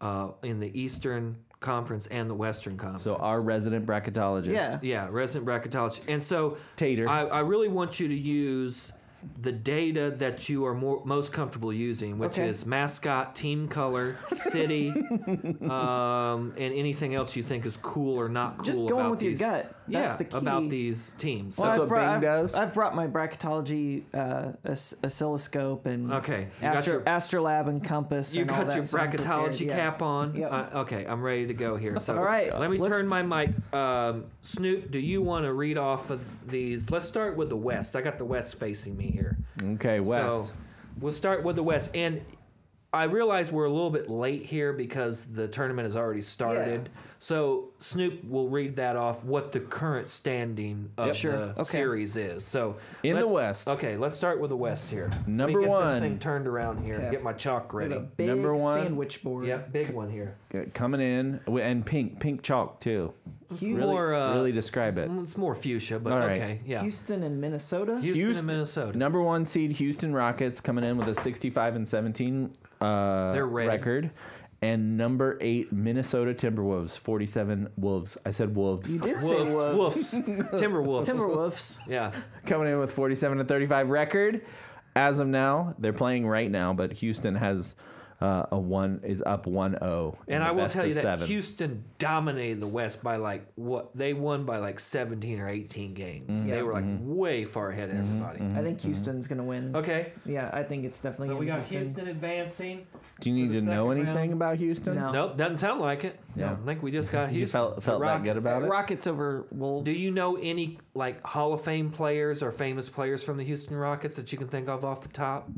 uh, in the Eastern Conference and the Western Conference.
So our resident bracketologist.
Yeah.
Yeah, resident bracketologist. And so,
Tater.
I, I really want you to use the data that you are more, most comfortable using, which
Okay.
is mascot, team color, city, um, and anything else you think is cool or not cool.
Just going
about
with your
these-
gut. That's
yeah,
the key.
about these teams.
That's
So-
I've
what Bing
I've,
does?
I've brought my bracketology uh, os- oscilloscope and
Okay, you got
Astro,
your-
Astrolab and Compass.
you
and all
got
that,
your
so I'm prepared,
bracketology
yeah.
cap on.
Yep.
Uh, okay, I'm ready to go here. So,
All right,
let me
let's-
turn my mic. Um, Snoop, do you want to read off of these? Let's start with the West. I got the West facing me here.
Mm.
Okay, West.
So we'll start with the West. And I realize we're a little bit late here because the tournament has already started. So Snoop will read that off what the current standing of
Sure.
the
Okay.
series is. So
In the
let's-
West.
Okay, let's start with the West here. Let me
Number
get
one.
This thing turned around here.
Okay.
Get my chalk ready.
Big
Number one.
sandwich board.
Yep, big one here.
Okay, Coming in w- and pink, pink chalk too.
Hu-
Really,
More, uh,
really describe it.
Well, It's more fuchsia, but
All right.
okay, yeah. Houston,
Houston and Minnesota.
Houston-
and Minnesota.
Number one seed Houston Rockets coming in with a 65 and 17 uh,
They're red.
record, and number eight Minnesota Timberwolves 47 Wolves. I said Wolves
You did say
Wolves,
wolves.
wolves, Timberwolves.
Timberwolves.
Yeah,
coming in with 47 to 35 record. As of now, they're playing right now, but Houston has uh, a one is up 1-0. in
And
the
I will
best
tell
of
you that
seven.
Houston dominated the West by like what they won by like 17 or 18 games.
Mm-hmm.
They were like way far ahead of everybody.
I think Houston's gonna win.
Mm-hmm. Okay.
Yeah, I think it's definitely.
So
gonna
we
be
got
Houston.
Houston advancing.
Do you need
the
to know
second
anything
round.
about Houston?
No.
Nope, doesn't sound like it.
Yeah.
I think we just got Houston.
You felt
the
felt that good
Rockets.
about it?
Rockets over Wolves.
Do you know any like Hall of Fame players or famous players from the Houston Rockets that you can think of off the top?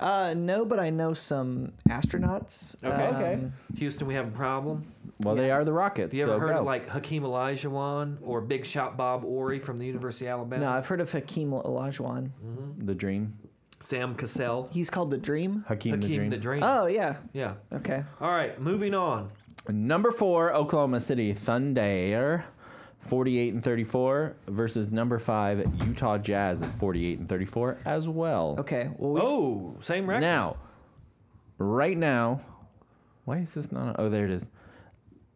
Uh, no, but I know some astronauts.
Okay.
Um,
Okay.
Houston, we have a problem.
Well, they are the Rockets.
You ever
so
heard
go.
of like Hakeem Olajuwon or Big Shot Bob Ori from the University of Alabama?
No, I've heard of Hakeem Olajuwon.
the Dream?
Sam Cassell,
He's called the Dream.
Hakeem,
Hakeem
the Dream.
the Dream.
Oh yeah.
Yeah.
Okay.
All right, moving on.
Number four, Oklahoma City Thunder, 48 and 34, versus number five, Utah Jazz at 48 and 34 as well.
Okay. Well, we,
Oh, same record.
Now, right now, why is this not? Oh, there it is.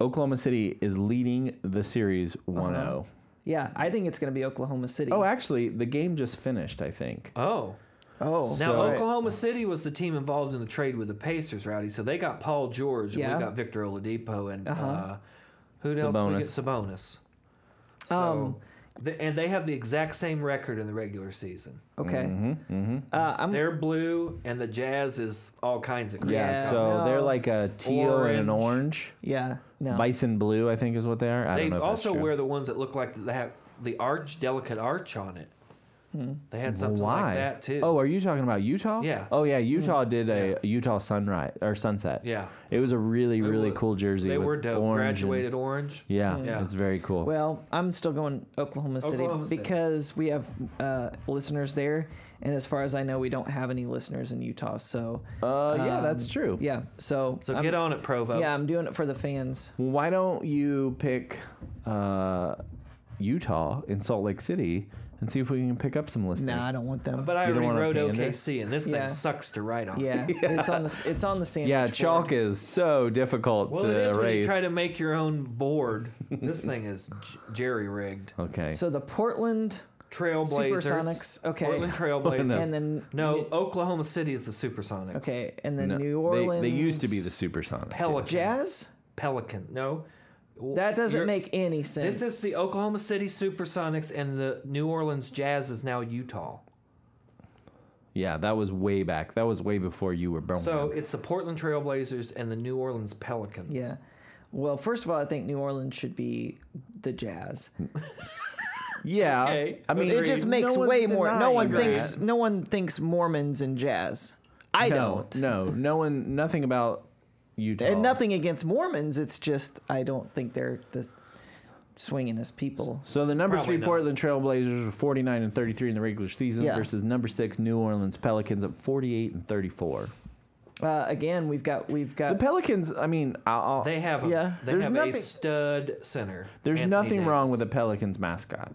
Oklahoma City is leading the series 1
Uh-huh.
0.
yeah, I think it's gonna be Oklahoma City.
Oh, actually, the game just finished, I think.
oh.
oh.
Now
So-
Oklahoma City was the team involved in the trade with the Pacers, Rowdy. So they got Paul George, and
Yeah.
we got Victor Oladipo, and uh, who else? did
Sabonis.
We get Sabonis. So,
Um,
th- and they have the exact same record in the regular season.
okay.
mm-hmm.
Uh, I'm.
They're blue, and the Jazz is all kinds of crazy.
Yeah,
Yeah.
so
No.
they're like a teal and an orange.
Yeah. No.
Bison blue, I think, is what they are. I
They
don't know if that's
also
true.
wear the ones that look like they have the arch, delicate arch on it. They had something like that too.
Oh, are you talking about Utah?
Yeah. Mm-hmm.
Oh yeah, Utah did a Utah sunrise or sunset.
Yeah.
It was a really really
wa-
cool jersey.
they
with
were dope.
orange and-
Graduated orange.
yeah,
Yeah.
it's very cool.
Well, I'm still going Oklahoma City
Oklahoma City.
because we have uh, listeners there, and as far as I know, we don't have any listeners in Utah. So,
uh, yeah,
um,
that's true.
yeah. So,
So
I'm-
get on it, Provo.
Yeah, I'm doing it for the fans.
Why don't you pick uh, Utah in Salt Lake City and see if we can pick up some listeners?
Nah, I don't want them.
But
You
I
don't
already
wanna
wrote
pander?
OKC, and this
Yeah.
thing sucks to write on.
yeah, it's on the it's on the sandwich.
Yeah,
board.
chalk is so difficult
Well,
to
it is when
erase.
you try to make your own board. this thing is j- jerry rigged.
okay.
So the Portland
Trailblazers.
Supersonics, okay.
Portland Trailblazers.
No.
and then
No, Oklahoma City is the Supersonics.
okay, and then
No,
New
they-
Orleans.
They, used to be the Supersonics. yeah.
Pelicans.
Jazz.
Pelican. No. W-
That doesn't
you're-
make any sense.
This is the Oklahoma City Supersonics, and the New Orleans Jazz is now Utah.
Yeah, that was way back. That was way before you were born.
So it's the Portland Trailblazers and the New Orleans Pelicans.
yeah. Well, first of all, I think New Orleans should be the Jazz.
yeah,
Okay.
I mean,
It just makes
no one's
way more. No
denying
one
that.
thinks. No one thinks Mormons and jazz. I
no,
don't.
no, no one, nothing about Utah.
And nothing against Mormons. It's just I don't think they're the swingingest people.
So the number
Probably
three
not.
Portland Trailblazers were 49 and 33 in the regular season
Yeah.
versus number six New Orleans Pelicans at 48 and 34.
Uh, again, we've got we've
The
got
Pelicans, I mean, I'll,
They have a,
Yeah.
they
There's
have
nothing-
a stud center.
there's
Anthony
nothing wrong
Davis.
with the Pelicans mascot.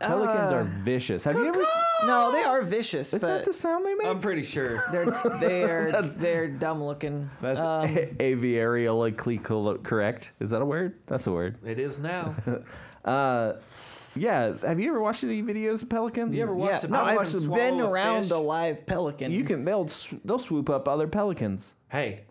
Uh,
Pelicans are vicious. Have you ever?
no. They are vicious,
Is
but um,
that the sound they make?
I'm pretty sure.
they're they're they're dumb looking.
That's
Um,
aviariolically col- correct. Is that a word? That's a word.
It is now.
Uh, yeah. Have you ever watched any videos of pelicans?
You ever watch
yeah,
the
no,
pelican
I've
swallow
been
a
around
fish?
a live pelican.
You can. They'll s- they'll swoop up other pelicans.
Hey,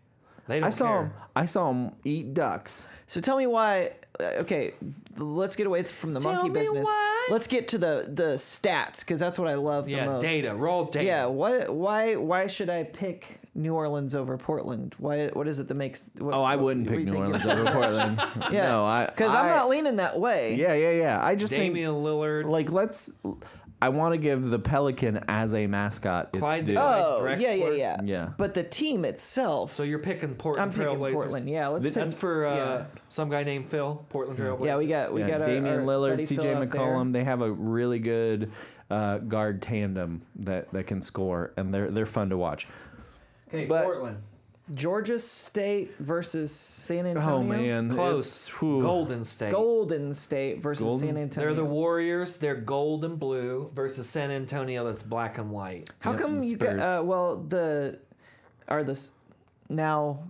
they don't
I saw
care.
'em- I saw them eat ducks.
So tell me why. uh, Okay, let's get away from the
Tell
monkey
me
business.
why.
Let's get to the the stats because that's what I love the
Yeah,
most.
data, raw data.
Yeah. What? Why? Why should I pick New Orleans over Portland? Why? What is it that makes? What,
Oh, I wouldn't pick New Orleans over Portland.
Yeah.
No, I
Because I'm
I-
not leaning that way.
Yeah, yeah, yeah. I just
Damian Lillard,
think like let's. I want to give the pelican as a mascot. its
Clyde the
due.
Glide
Oh,
Drexler.
yeah, yeah, yeah.
Yeah.
But the team itself.
So you're picking
I'm
Portland
picking
Trailblazers.
Portland. Yeah. Let's.
That's
pick-
for uh,
yeah. Hmm.
some guy named Phil, Portland Trailblazers.
Yeah, we got Oh, we
yeah,
got our,
Damian
our buddy
Lillard,
Phil
C.J.
out there.
McCollum. They have a really good uh, guard tandem that, that can score, and they're they're fun to watch.
Okay,
but-
Portland.
Georgia State versus San Antonio.
Oh man,
Close.
It's, whew.
Golden State.
Golden State versus
Golden?
San
They're
Antonio.
the Warriors. They're gold and blue versus San Antonio. That's black and white.
How
Yep,
come
and
you got?
Spurs.
Uh, well, the are the s- now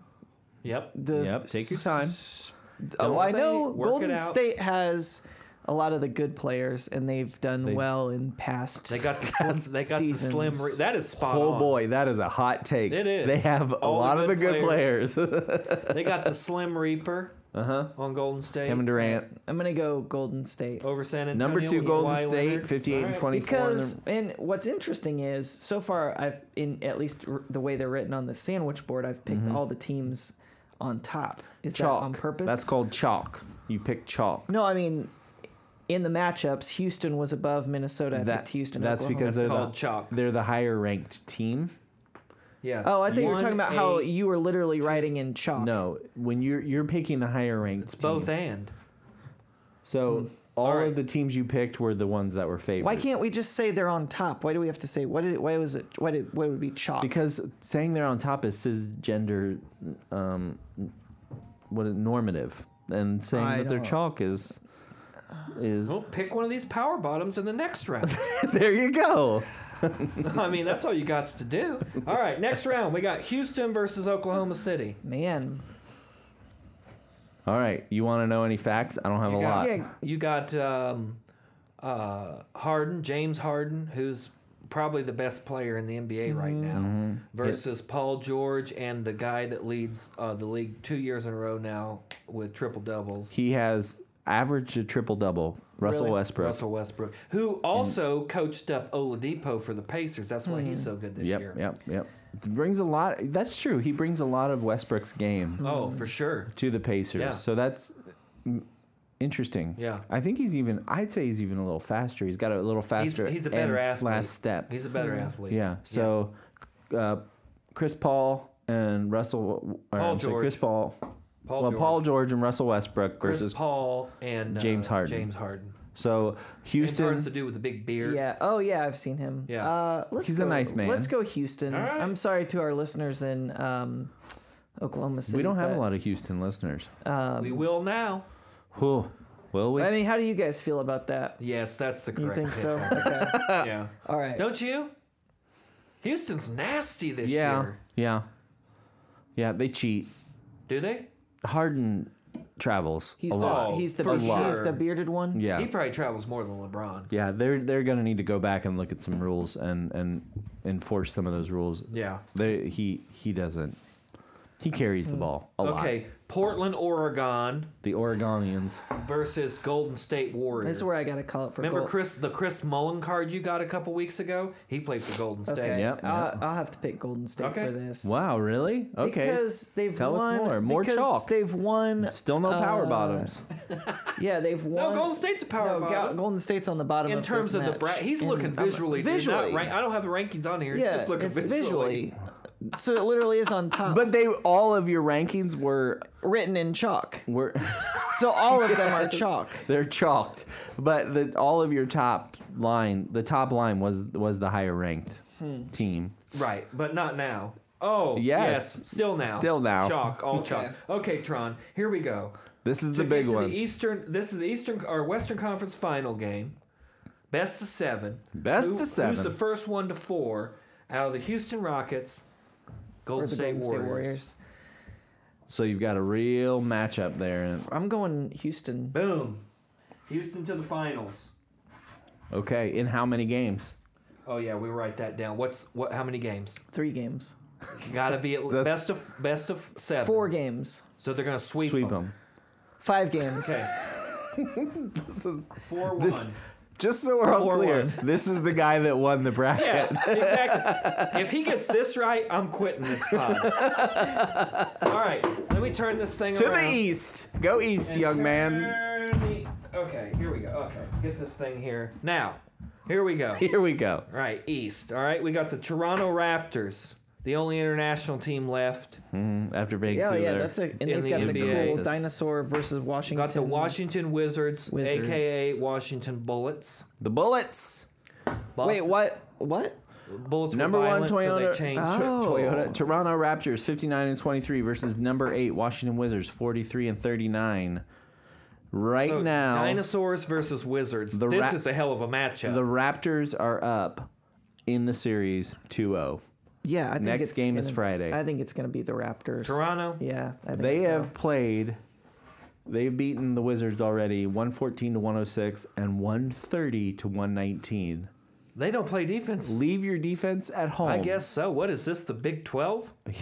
Yep.
the
Yep, take your time.
s-
Don't
well, I
say,
know
work it
Golden
out.
State has a lot of the good players, and they've done well in past.
They got the slim. They got the slim.
Seasons.
Re- that is spot
Oh
on.
boy, that is a hot take.
It is.
They have a
All the
lot of the
good
good players.
They got the slim reaper. Uh huh. On Golden State.
Kevin Durant,
I'm gonna go Golden State
over San Antonio.
number two,
with
Golden
Kawhi
State,
Leonard.
fifty-eight
All
and
right.
twenty-four. and
because and what's interesting is so far I've in at least r- the way they're written on the sandwich board I've picked all the teams on top. Is
they're- Mm-hmm. chalk
that on purpose?
That's called chalk. You pick chalk.
No, I mean, in the matchups, Houston was above Minnesota. I
That,
picked Houston.
that's
Oklahoma.
because they're the,
called chalk.
they're the higher ranked team.
Yeah.
Oh, I thought you were talking about how E
1A.
you were literally writing in chalk.
No, when you're you're picking the higher ranked
It's both and. Hmm.
So all,
All right.
of the teams you picked were the ones that were favored.
Why can't we just say they're on top? Why do we have to say what? Did, why was it? Why did? Why would it be chalk?
Because saying they're on top is cisgender, um, what is normative, and saying
I
that they're
don't-
chalk is is
Well, pick one of these power bottoms in the next round.
there. You go.
I mean, that's all you got to do. All right, next round we got Houston versus Oklahoma City.
man,
All right. You want to know any facts? I don't have
You
a
got,
lot.
Yeah.
you got um, uh, Harden, James Harden, who's probably the best player in the NBA right now, versus Paul George and the guy that leads uh, the league two years in a row now with triple doubles.
He has averaged a triple double. Russell
Really?
Westbrook.
Russell Westbrook, who also coached up Oladipo for the Pacers. That's why he's so good this
Mm. Yep.
year.
Yep. Yep. It brings a lot. That's true. He brings a lot of Westbrook's game
Oh, for sure.
to the Pacers.
Yeah.
So that's Interesting.
Yeah.
I think he's even. I'd say he's even a little faster. He's got a little
He's,
faster.
he's a better
and
athlete.
Last step.
He's a better athlete.
yeah. So, Uh, Chris Paul and Russell. Or,
Paul
I'm sorry,
George.
Chris Paul.
Paul
well,
George.
Paul George and Russell Westbrook
Chris
versus.
Paul and uh,
James Harden.
James Harden.
So
Houston has to
Houston.
do with the big beard.
Yeah. Oh, yeah. I've seen him.
Yeah.
Uh, let's
He's a
go,
nice man.
Let's go Houston.
All right.
I'm sorry to our listeners in um, Oklahoma City.
We don't have
but, um,
a lot of Houston listeners.
We will now.
Whew. Will we?
I mean, how do you guys feel about that?
Yes, that's the
You
correct.
think so?
answer.
Okay.
yeah.
All right.
Don't you? Houston's nasty this
yeah.
year.
Yeah. Yeah. They cheat.
Do they?
Harden travels
He's
a
the
lot.
he's the
For
he's
sure.
the bearded one.
yeah.
He probably travels more than LeBron.
Yeah, they're they're gonna need to go back and look at some rules and and enforce some of those rules.
Yeah.
They, he he doesn't. He carries the ball a lot.
Mm. Okay. Portland, Oregon
The Oregonians.
versus Golden State Warriors.
This is where I got to call it for.
Remember
goal.
Chris the Chris Mullen card you got a couple weeks ago? He played for Golden State.
Okay.
Yep,
I'll,
yep.
I'll have to pick Golden State
Okay.
for this.
Wow, really? Okay.
Because they've
Tell us
won.
more. More
because
chalk.
They've won.
Still no power
uh,
bottoms.
Yeah, they've
No,
won.
Golden State's a power
No, Ga-
bottom.
Golden State's on the bottom
in
of
terms
this
of the
match.
bracket, he's
In-
looking
I'm-
visually. dude,
Visually,
not rank- I don't have the rankings on here.
yeah,
it's just looking
it's
visually.
visually. so it literally is on top,
But they all of your rankings were
written in chalk.
were
So all of them are chalk.
they're chalked. But the all of your top line the top line was was the higher ranked
Hmm.
team.
Right, but not now. Oh, yes.
Yes.
Still now.
Still now.
Chalk, all chalk. Okay, Tron, here we go.
This is the
To
big
get to
one.
The E Eastern, this is the Eastern or Western Conference final game. Best of seven.
Best of
Who's
seven.
the first one to four out of the Houston Rockets, Golden,
For the
State, Warriors.
Golden State Warriors.
so you've got a real matchup there and
I'm going Houston.
Boom. Houston to the finals.
okay, in how many games?
Oh yeah, we write that down. What's what? How many games?
Three games.
Gotta be at
That's-
best of best of seven.
Four games.
So they're gonna sweep,
Sweep
them.
them.
Five games.
Okay. Four
This,
one.
just so we're all
Four
clear,
one.
this is the guy that won the bracket.
Yeah, exactly. if he gets this right, I'm quitting this pod. All right, let me turn this thing
To
around.
the east, go east,
And
young man.
turn the- okay, here we go. Okay, get this thing here now. Here we go.
Here we go.
All right, east. All right, we got the Toronto Raptors, the only international team left.
After Vancouver,
Yeah, yeah, that's a and
In
they've
the
got
NBA.
the cool dinosaur versus Washington.
Got the Washington Wizards,
Wizards.
aka Washington Bullets.
the Bullets.
Wait,
Boston-
what? What?
Bullets were
Number one
violent, so they
Toyota,
changed-
T-
Oh.
Toyota Toronto Raptors, fifty nine and twenty three versus number eight Washington Wizards, forty three and thirty nine. Right
So,
now,
dinosaurs versus wizards.
The
this
ra-
is a hell of a matchup.
the Raptors are up in the series 2-0.
Yeah, I think
Next
it's
game is
gonna-
Friday.
I think it's going to be the Raptors.
Toronto.
Yeah, I think
They
so.
have played. They've beaten the Wizards already, one fourteen to one hundred six, and one thirty to one nineteen.
They don't play defense.
Leave your defense at home.
I guess so. What is this? The Big Twelve?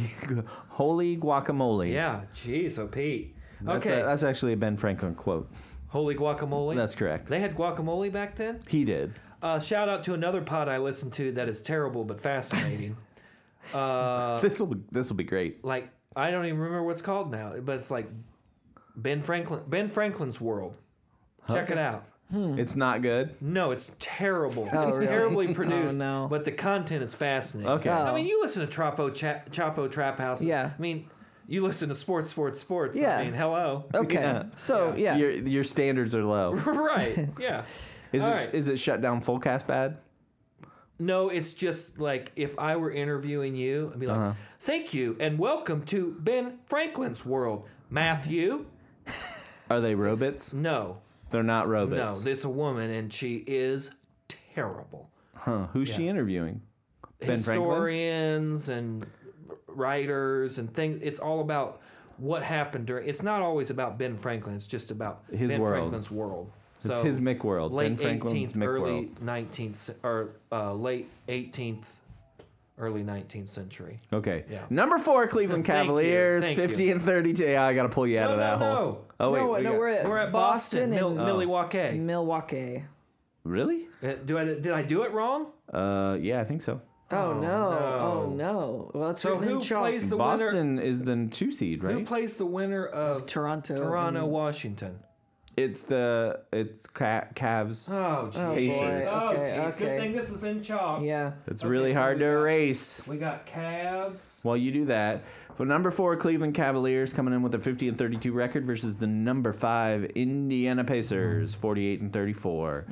Holy guacamole.
Yeah. Jeez, oh Pete.
That's,
Okay.
that's actually a Ben Franklin quote.
Holy guacamole.
That's correct.
They had guacamole back then.
He did.
Uh, shout out to another pod I listened to that is terrible but fascinating. Uh,
This will this will be great.
like I don't even remember what's called now, but it's like Ben Franklin. Ben Franklin's World. Check it out.
It's not good.
No, it's terrible. it's
really?
terribly
Oh,
produced,
no.
but the content is fascinating.
Okay. Oh.
I mean, you listen to Trapo Cha- Chapo Trap House.
Yeah.
I mean, you listen to sports, sports, sports.
Yeah.
I mean, hello.
Okay.
Yeah.
So, yeah.
Your your standards are low.
right. Yeah.
Is it is
All right.
it shut down full cast bad?
No, it's just like if I were interviewing you, I'd be like,
Uh-huh.
"Thank you and welcome to Ben Franklin's world, Matthew."
Are they robots?
No,
They're not
no,
robots.
it's a woman and she is terrible.
Huh. Who's she interviewing? Ben Franklin.
historians and writers and things. It's all about what happened during. It's not always about Ben Franklin. It's just about
His
Ben
world.
Franklin's world. So
his Mick world. Ben
Late
Franklin's
eighteenth,
Mick
early
world.
nineteenth, or uh, late eighteenth, early nineteenth century.
Okay.
Yeah.
Number four, Cleveland
Thank you.
Cavaliers,
Thank you.
fifty and thirty-two. Yeah, I gotta pull you out
No,
of that
no,
hole.
no.
Oh wait,
no,
we
no,
got-
we're at,
We're at Boston, Mil-
and
Oh.
Milwaukee.
Milwaukee.
really?
Uh, Do I did I do it wrong?
Uh, yeah, I think so.
Oh, no. Oh no. Well, it's
So
written in
who
chalk.
plays the winner?
Boston is the two seed,
Who
right?
plays the winner of
Toronto
Toronto, Washington?
It's the it's ca- Cavs.
Oh, jeez.
Oh,
Pacers.
boy.
Oh,
Okay,
jeez. Good thing
okay.
this is in chalk.
Yeah.
It's
Okay,
really
so
hard
we
to
got-
erase.
We got calves.
While you do that, but number four Cleveland Cavaliers coming in with a 50 and 32 record versus the number five Indiana
Mm-hmm.
Pacers 48 and 34.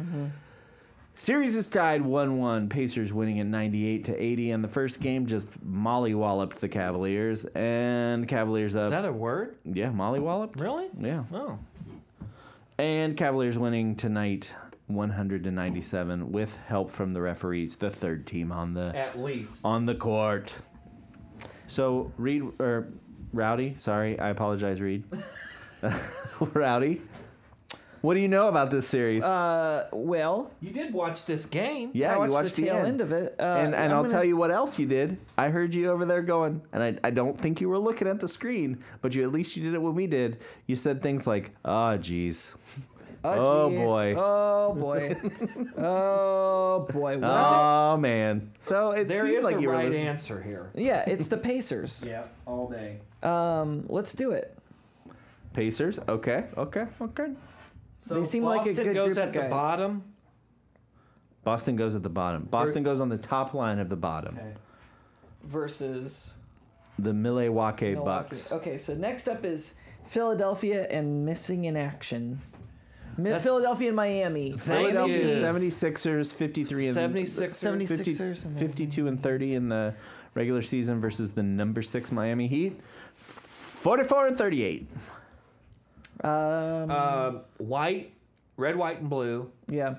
Series is tied 1-1. Pacers winning at 98 to 80, and the first game just mollywalloped the Cavaliers, and Cavaliers up.
Is that a word?
yeah, mollywalloped.
Really?
Yeah,
Oh.
and Cavaliers winning tonight 100 to 97 with help from the referees, the third team on the
At least.
on the court. So Reed or Rowdy, sorry, I apologize, Reed. Rowdy, what do you know about this series?
Uh, well,
You did watch this game.
yeah,
I watched
you watched
the,
the,
tail
end.
end. of it. Uh,
and and
I'm
I'll
gonna-
tell you what else you did. I heard you over there going, and I, I don't think you were looking at the screen, but you at least you did it when we did. You said things like, "Ah, jeez, Oh,
geez.
boy.
Ah, Oh boy. oh boy. What?
oh man." So it
There
seemed
is
like
a
you were
right
listening.
answer here.
yeah, it's the Pacers.
Yeah, all day.
Um, let's do it.
Pacers. Okay, okay, okay.
So
They seem like a
Boston
good
goes
group
at
of
the
guys.
bottom.
Boston goes at the bottom. Boston goes on the top line of the bottom.
Versus
The Milwaukee
Milwaukee.
Bucks.
Okay, so next up is Philadelphia and missing in action. Mi-
That's-
Philadelphia and Miami.
Thank
Philadelphia
you.
76ers 53 and
76
70
50
76ers and then-
52 and 30 in the regular season versus the number 6 Miami Heat 44 and 38.
Um,
uh, white, red, white, and blue.
yeah.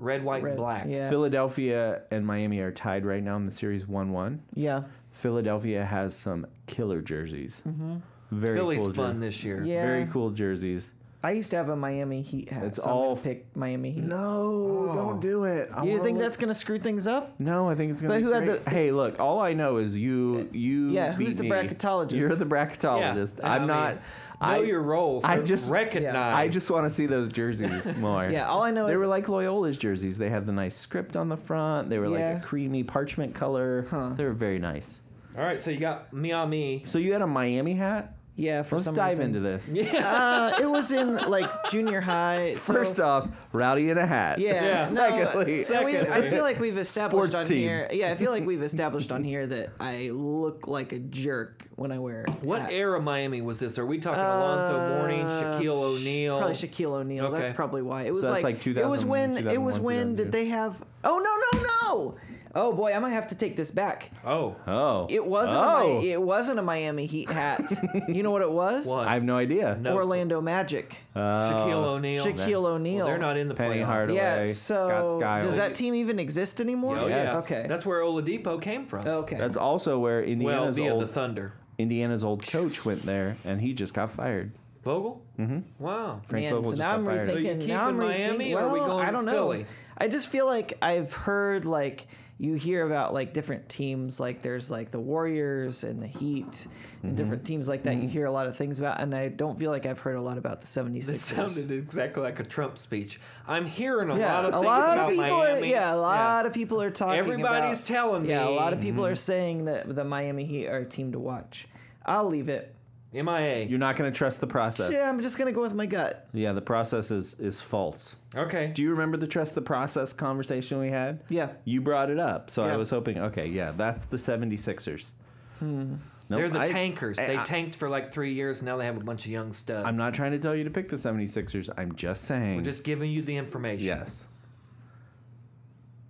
Red, white,
Red-
and black.
Yeah.
Philadelphia and Miami are tied right now in the series 1-1.
yeah.
Philadelphia has some killer jerseys. Mm-hmm. Very
Philly's
cool jer-
fun this year.
Yeah.
Very cool jerseys.
I used to have a Miami Heat hat.
It's
so I'm gonna
all f-
pick Miami Heat.
No,
Oh.
don't do it. I
You
wanna
think
look-
that's gonna screw things up?
No, I think it's gonna.
But
be
who had
great.
the-
Hey, look. All I know is you. You.
Yeah, who's
beat
the
me.
bracketologist?
You're the bracketologist.
Yeah,
I'm
I
not.
mean,
I
know your role.
I
so
just-
recognize.
I just want to see those jerseys more.
Yeah, all I know
They
is
were like Loyola's jerseys. They had the nice script on the front. They were
Yeah.
like a creamy parchment color.
Huh.
They were very nice.
All right, so you got Miami.
So you had a Miami hat.
yeah. For
Let's
some
dive
reason.
into this.
Uh, it was in like junior high. So,
First off, rowdy in a hat.
yeah.
Yeah.
Secondly-
so we- I
Secondly.
feel like we've established
Sports
on
team.
here. Yeah, I feel like we've established on here that I look like a jerk when I wear.
What
hats.
era Miami was this? Are we talking Alonzo Mourning,
Uh,
Shaquille O'Neal?
Probably Shaquille O'Neal. That's
Okay.
probably why. It was
that's
like,
like
it was
2000,
when it was
2001,
when did
2002.
they have? Oh no no no! Oh boy, I might have to take this back.
Oh,
Oh.
It wasn't. A,
Oh.
Mi- it wasn't a Miami Heat hat. you know what it was?
What?
I have no idea. Oh.
No.
Orlando Magic.
Shaquille O'Neal.
Shaquille O'Neal.
Well, they're not in the
uh, Penny
playoffs.
Hardaway.
Yeah.
away. Scott
So
Skiles.
does that team even exist anymore?
Oh,
Yes.
yeah.
Okay.
That's where Oladipo came from.
okay.
That's also where
Well,
Indiana's
via
old
the Thunder.
Indiana's old coach went there, and he just got fired.
Vogel? Mm-hmm. Wow.
Frank
Man,
Vogel
so
just
now I'm
got fired.
you
rethinking.
keeping
now I'm rethinking-
Miami, or are
well,
we going
I don't know.
Philly?
I just feel like I've heard like you hear about like different teams, like there's like the Warriors and the Heat
Mm-hmm.
and different teams like that. You hear a lot of things about, and I don't feel like I've heard a lot about the 76ers.
It sounded exactly like a Trump speech. I'm hearing a lot of
a
things
lot
about
of people are
Miami.
yeah, a lot of people are talking.
Everybody's
about-
telling
Yeah, a
me.
lot of people
Mm-hmm.
are saying that the Miami Heat are a team to watch. I'll leave it.
Yeah. MIA.
You're not going to trust the process.
Yeah, I'm just gonna go with my gut.
Yeah, the process is is false.
Okay.
Do you remember the trust the process conversation we had?
Yeah.
You brought it up, so
Yeah.
I was hoping, okay, yeah, that's the 76ers. Hmm.
They're the
tank.
tankers.
I-
they
I-
tanked for like three years. Now they have a bunch of young studs.
I'm not trying to tell you to pick the 76ers. I'm just saying.
Just giving you the information.
yes.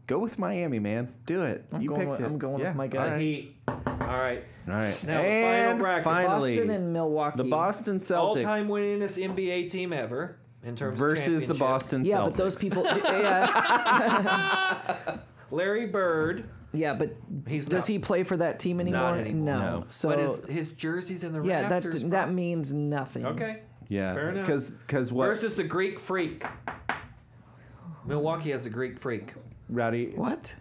Go with Miami, man. Do it.
I'm
you
going
picked
with-
it.
I'm going with
Yeah,
my
all
gut.
The
right.
Heat. All right.
All right.
Now the final
and
bracket.
finally,
Boston and Milwaukee.
the Boston Celtics
All time winningest NBA team ever in terms of
versus the
championships.
Boston
Yeah,
Celtics.
but those people. Yeah,
Larry Bird.
yeah, but
He's
does
not-
he play for that team anymore?
anymore.
No.
No.
But
So
but his, his jersey's in the
yeah, that
Raptors. bro.
that means nothing.
okay.
Yeah,
Fair enough.
Because because what
Versus the Greek Freak. Milwaukee has a Greek Freak.
Rowdy
What?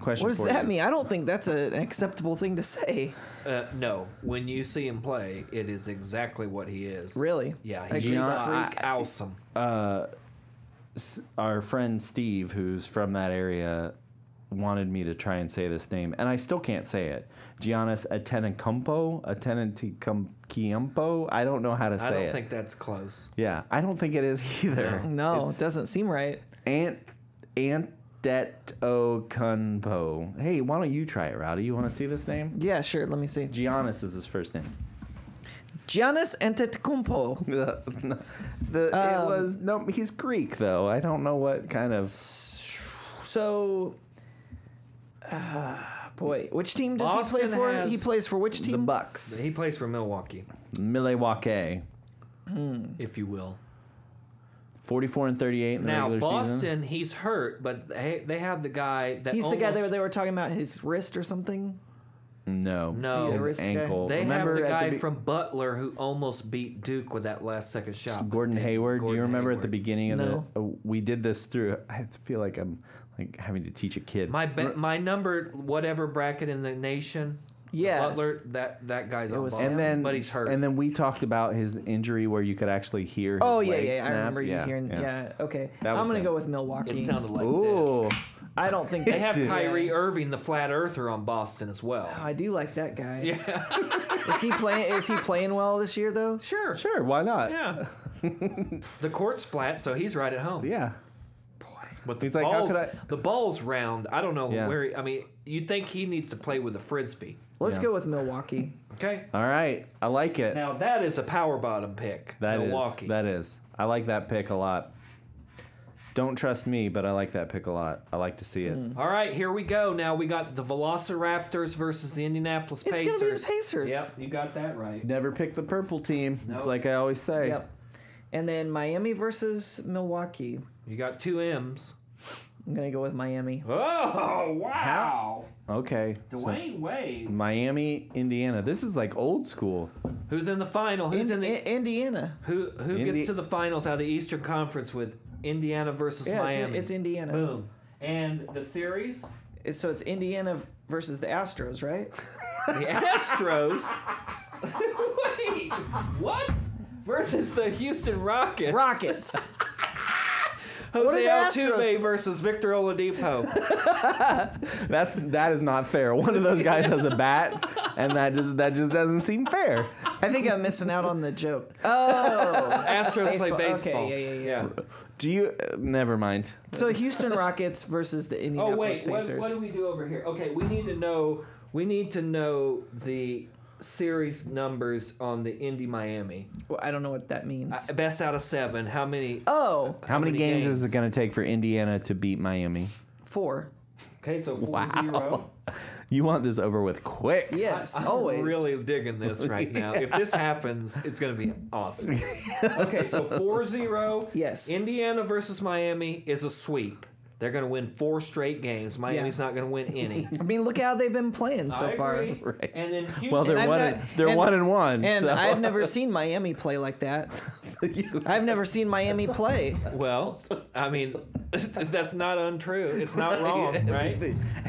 question?
What does
for
that
you.
mean? I don't think that's a, an acceptable thing to say.
Uh, no, when you see him play, it is exactly what he is.
Really?
Yeah,
Like
he's
he's a
freak?
awesome.
S- Our friend Steve, who's from that area, wanted me to try and say this name, and I still can't say it. Giannis Atenacumpo, Atenacumpo. I don't know how to say
I don't
it.
think that's close.
yeah, I don't think it is either.
No, it doesn't seem right.
Ant Antetokounmpo. Hey, why don't you try it, Rowdy? You want to see this name?
Yeah, sure. Let me see.
Giannis is his first name.
Giannis Antetokounmpo.
the, it was no. He's Greek though. I don't know what kind of.
So, uh, boy, which team does he
Boston
play for?
has
He plays for which team?
The Bucks.
He plays for Milwaukee,
Milwaukee.
if you will.
44 and 38 in the
Now
regular
Boston,
season.
he's hurt, but they, they have the guy that
He's the guy
almost-
that they were talking about his wrist or something.
No.
No.
His
Wrist guy.
ankle.
They
remember
have the
at
guy
be-
from Butler who almost beat Duke with that last second shot.
Gordon Hayward. Do you
Gordon
remember at the
Hayward.
beginning of
No.
the? Uh, we did this through. I feel like I'm like having to teach a kid.
My be- my number whatever bracket in the nation. the
Yeah.
Butler. That that guy's on
was
Boston,
him.
and then,
but he's hurt.
And then we talked about his injury where you could actually hear. His
Oh yeah,
leg
yeah. I
snap.
remember you
Yeah,
hearing. Yeah,
Yeah.
okay.
That
I'm
was
gonna
him.
go with Milwaukee.
it sounded like
Ooh.
this.
I don't think
They have
Dude.
Kyrie Irving, the flat earther, on Boston as well.
I do like that guy. Yeah. is he playing? Is he playing well this year though?
Sure.
Sure. Why not?
Yeah. the court's flat, so he's right at home.
Yeah.
But the
He's like, how
ball's,
could I-
The ball's round. I don't know
Yeah.
where. He, I mean, you think he needs to play with a frisbee?
Let's
Yeah.
go with Milwaukee.
Okay.
All right. I like it.
Now that is a power bottom pick.
That is
Milwaukee.
that is. I like that pick a lot. Don't trust me, but I like that pick a lot. I like to see
Hmm.
it.
All right, here we go. Now we got the Velociraptors versus the Indianapolis
It's
Pacers.
gonna be the Pacers.
Yep, you got that right.
Never pick the purple team.
Nope.
It's like I always say.
Yep. And then Miami versus Milwaukee.
You got two M's.
I'm gonna go with Miami.
Oh wow,
Okay. so
Dwayne Wade.
Miami, Indiana. This is like old school.
Who's in the final? Who's in,
In-
the
I- Indiana.
who who
Indi-
gets to the finals out of the Eastern Conference with Indiana versus
Yeah, it's in-
Miami?
it's Indiana.
Boom. And the series,
It's- So it's Indiana versus the Astros, right?
the Astros. Wait, what? Versus the Houston Rockets.
Rockets.
Jose
are the
Altuve versus Victor Oladipo.
That's that is not fair. One of those guys has a bat, and that just that just doesn't seem fair.
I think I'm missing out on the joke. Oh.
Astros play baseball.
Okay, yeah, yeah, yeah.
Do you? Uh, never mind.
So Houston Rockets versus the
Oh
Indianapolis
wait, what,
Pacers.
what do we do over here? Okay, we need to know. We need to know the series numbers on the Indy Miami.
Well, I don't know what that means.
Uh, Best out of seven. How many?
oh,
How, many, games, is it going to take for Indiana to beat Miami?
four.
Okay, so four
Wow.
zero.
You want this over with quick.
Yes,
I'm
always.
really digging this right now. If this happens, it's going to be awesome. Okay, so 4 0.
Yes.
Indiana versus Miami is a sweep. They're going to win four straight games. Miami's not going to win any.
I mean, look how they've been playing so
I
far.
agree.
Right.
And then Houston.
Well, they're
I've
one.
got-
and, they're
and-
one and one.
And
so-
I've never seen Miami play like that. I've never seen Miami play.
Well, I mean, that's not untrue. It's not wrong, right?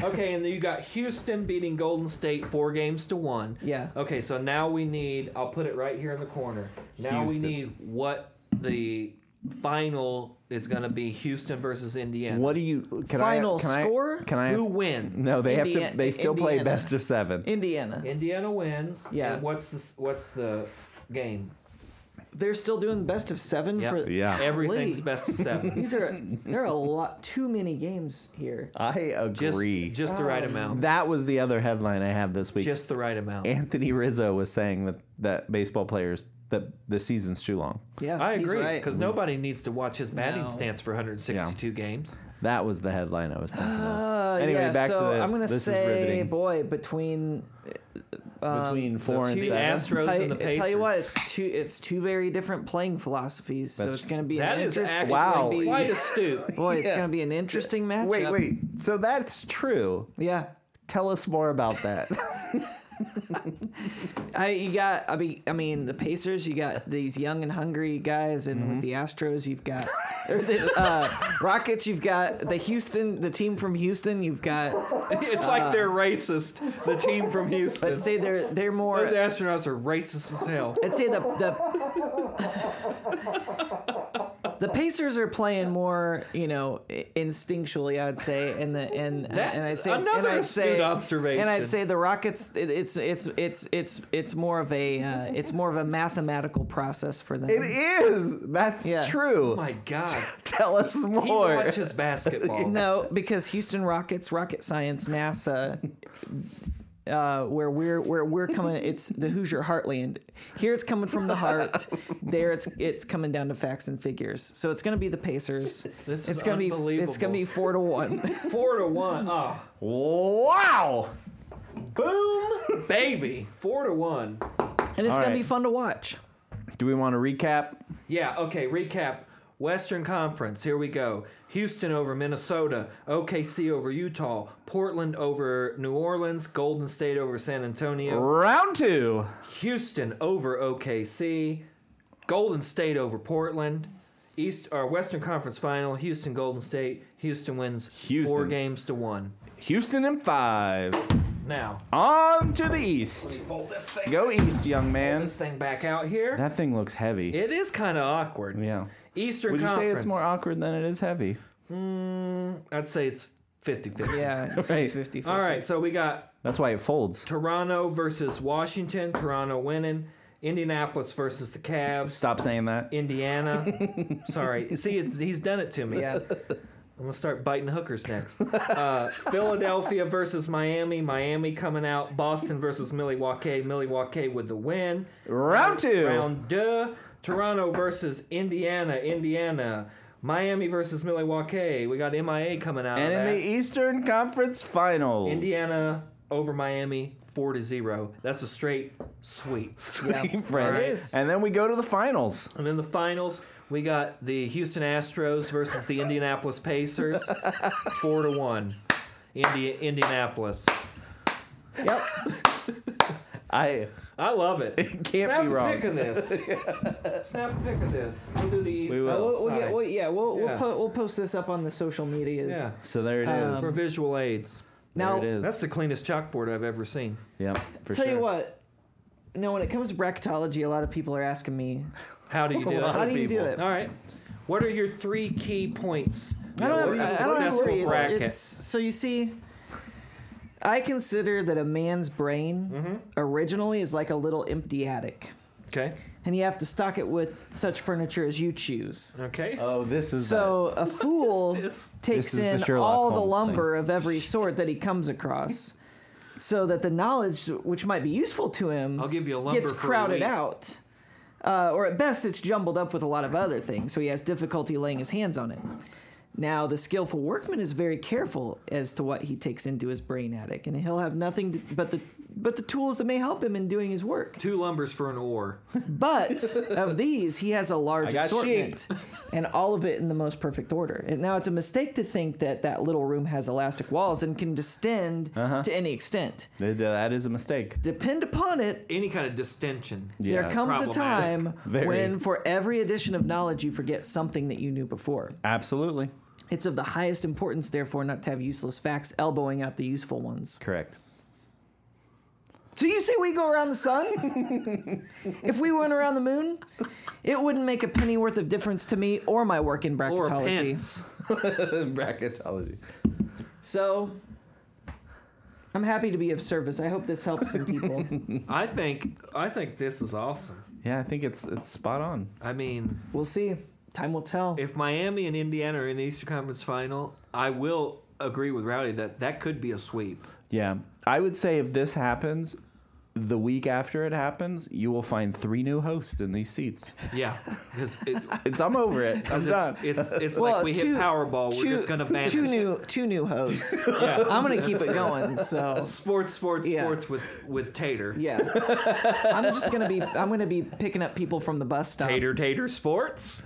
Okay, and then you got Houston beating Golden State four games to one.
Yeah.
Okay, so now we need, I'll put it right here in the corner. Now
Houston.
we need what the final is going to be Houston versus Indiana.
What do you? Can
Final
I, can
score?
I, can I?
Who
ask-
wins?
No, they have
Indiana-
to. They still play
Indiana.
best of seven.
Indiana.
Indiana wins.
Yeah.
And what's the what's the game?
They're still doing best of seven
Yep.
for
Yeah.
Everything's
Golly.
best of seven.
These are there are a lot too many games here.
I
Just
agree.
just the right amount.
that was the other headline I have this week.
Just the right amount.
Anthony Rizzo was saying that that baseball players that the season's too long.
Yeah,
I
Oh, he's
agree
right.
because nobody needs to watch his batting
No.
stance for 162 games.
That was the headline I was thinking
Uh,
of. Anyway,
yeah,
back
so
to this.
I'm gonna
this is
say,
riveting.
boy, between
Between four and
two
seven.
Astros
tell,
and the Pacers.
tell you what, it's two it's two very different playing philosophies. so
That's-
it's gonna be
that
an
is
interesting.
actually
Wow.
quite a stoop.
Boy, it's
Yeah.
gonna be an interesting matchup.
wait, wait. So that's true.
Yeah,
Tell us more about that.
I you got. I mean, I mean, the Pacers. You got these young and hungry guys, and with the Astros, you've got or the uh, Rockets. You've got the Houston, the team from Houston. You've got.
it's like
Uh,
they're racist. The team from Houston.
I'd say they're they're more.
Those Oh astronauts are racist as hell.
I'd say the the. The Pacers are playing more, you know, i- instinctually, I'd say, and the and
That-
and I'd say and
another
I'd say,
astute observation.
And I'd say the Rockets, it, it's it's it's it's it's more of a uh, it's more of a mathematical process for them.
It is. That's
Yeah.
true.
Oh my God.
Tell us more.
He watches basketball.
No, because Houston Rockets, Rocket Science, NASA, uh, where we're where we're coming, it's the Hoosier Heartland. Here it's coming from the heart. there it's it's coming down to facts and figures. So it's going to be the Pacers.
This
it's
is
gonna be it's going to be four to one.
Four to one. Oh,
Wow.
boom, baby. Four to one.
and it's
All
going
right.
to be fun to watch.
Do we want to recap?
Yeah, okay, recap. Western Conference, here we go. Houston over Minnesota, OKC over Utah, Portland over New Orleans, Golden State over San Antonio,
Round two.
Houston over OKC, Golden State over Portland. East or Western Conference Final, Houston Golden State. Houston wins four
Houston.
games to one.
Houston in five.
Now,
On to the east.
pull this thing,
Go east, young man.
this thing back out here.
That thing looks heavy.
It is kind of awkward.
yeah.
Eastern
Would you
Conference.
say it's more awkward than it is heavy?
I'd say it's 50-50.
Yeah, it's
Right.
50
All right, so we got
That's why it folds.
Toronto versus Washington. Toronto winning. Indianapolis versus the Cavs.
Stop saying that.
Indiana. Sorry. See, it's, he's done it to me.
Yeah,
I'm going to start biting hookers next. Uh, Philadelphia versus Miami. Miami coming out. Boston versus Milwaukee. Milwaukee with the win.
Round two.
Round two. Toronto versus Indiana. Indiana. Miami versus Milwaukee. We got MIA coming out. of
and in
that.
the Eastern Conference Finals.
Indiana over Miami, four to zero. That's a straight sweep.
Sweet friend.
It
is.
And then we go to the finals.
And then the finals, we got the Houston Astros versus the Indianapolis Pacers, four to one. Indi- Indianapolis.
yep.
I
I love it. It
can't
Snap
be
a
wrong.
pick of this. Snap a pick of this. We'll do the East.
We will.
Oh,
We'll, we'll get,
sorry.
we'll, yeah, we'll we'll,
Yeah.
po- we'll post this up on the social medias.
yeah.
so there it is.
Um,
For visual aids.
there
Now,
it is.
um, That's the cleanest chalkboard I've ever seen.
yeah. For
tell
sure.
you what. You know, when it comes to bracketology, a lot of people are asking me,
How do you do
how
it?
do you do
people.
it?
All right. What are your three key points?
I don't
What is
have.
a
I don't have
successful
three. It's,
bracket?
it's, so you see, I consider that a man's brain
Mm-hmm.
originally is like a little empty attic,
Okay.
and you have to stock it with such furniture as you choose.
Okay.
Oh, this is
So a fool
this?
takes
This is the
in
Sherlock
all the
Holmes
lumber of every sort that he comes across, so that the knowledge which might be useful to him
I'll give you a lumber
gets
for a
crowded
week.
out. Uh, or at best, it's jumbled up with a lot of other things, so he has difficulty laying his hands on it. Now, the skillful workman is very careful as to what he takes into his brain attic, and he'll have nothing to- but the but the tools that may help him in doing his work.
Two lumbers for an oar.
But of these, he has a large
I got
assortment, and all of it in the most perfect order. And now it's a mistake to think that that little room has elastic walls and can distend
Uh-huh.
to any extent.
Th- that is a mistake.
Depend upon it,
Any kind of distension.
Yeah.
there comes a time
Very.
when, for every addition of knowledge, you forget something that you knew before.
Absolutely
It's of the highest importance, therefore, not to have useless facts elbowing out the useful ones.
correct.
So you say we go around the sun? if we went around the moon, it wouldn't make a penny worth of difference to me or my work in
Or a
bracketology.
pence.
Bracketology.
So I'm happy to be of service. I hope this helps some people.
I think I think this is awesome.
Yeah, I think it's it's spot on.
I mean,
we'll see. Time will tell.
if Miami and Indiana are in the Eastern Conference Final, I will agree with Rowdy that that could be a sweep.
Yeah, I would say if this happens, the week after it happens, you will find three new hosts in these seats.
Yeah, because it,
It's I'm over it. I'm done.
it's it's, it's like we hit Powerball. We're just gonna ban
two new two new hosts. I'm gonna keep it going. So
sports, sports,
Yeah.
sports with with Tater.
yeah, I'm just gonna be I'm gonna be picking up people from the bus stop.
Tater, Tater Sports,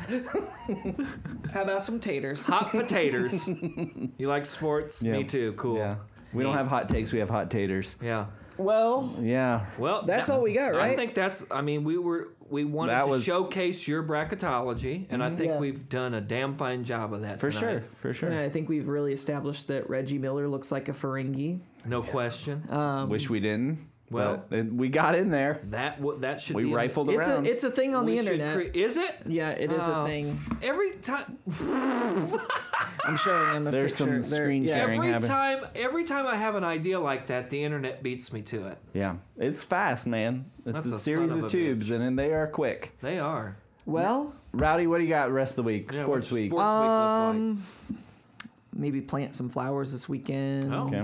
How about some taters?
hot potatoes. you like sports?
Yeah.
Me too. Cool.
Yeah. We don't have hot takes. We have hot taters.
Yeah.
Well,
Yeah.
Well,
That's all we got,
I
right?
think that's. I mean, we were we wanted
That
to
was-
showcase your bracketology, and I think
Mm-hmm. Yeah.
we've done a damn fine job of that.
For
tonight.
sure. For
And
sure.
I think we've really established that Reggie Miller looks like a Ferengi.
no question.
Wish we didn't.
Well,
But it- we got in there.
that w- that should
We
be in-
rifled
It's a
around.
it's a thing on
we
the
should
internet.
cre- is it?
yeah, it is
Oh.
a thing.
Every time,
I'm showing them a
There's some
picture.
screen
yeah.
sharing.
every
habit.
time, every time I have an idea like that, the internet beats me to it.
Yeah, it's fast, man. It's
That's
a,
a
series
son
of,
of a
tubes, and then they are quick.
They are.
Well,
Rowdy, what do you got? Rest of the week,
Yeah,
sports
what's
week.
Sports week
Um, maybe plant some flowers this weekend.
Oh.
okay.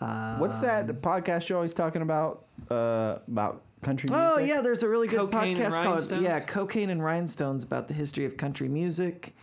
Uh,
What's that podcast you're always talking about? Uh, about country music.
Oh yeah, there's a really good
Cocaine and
podcast called
Rhinestones?
Yeah, Cocaine and Rhinestones about the history of country music.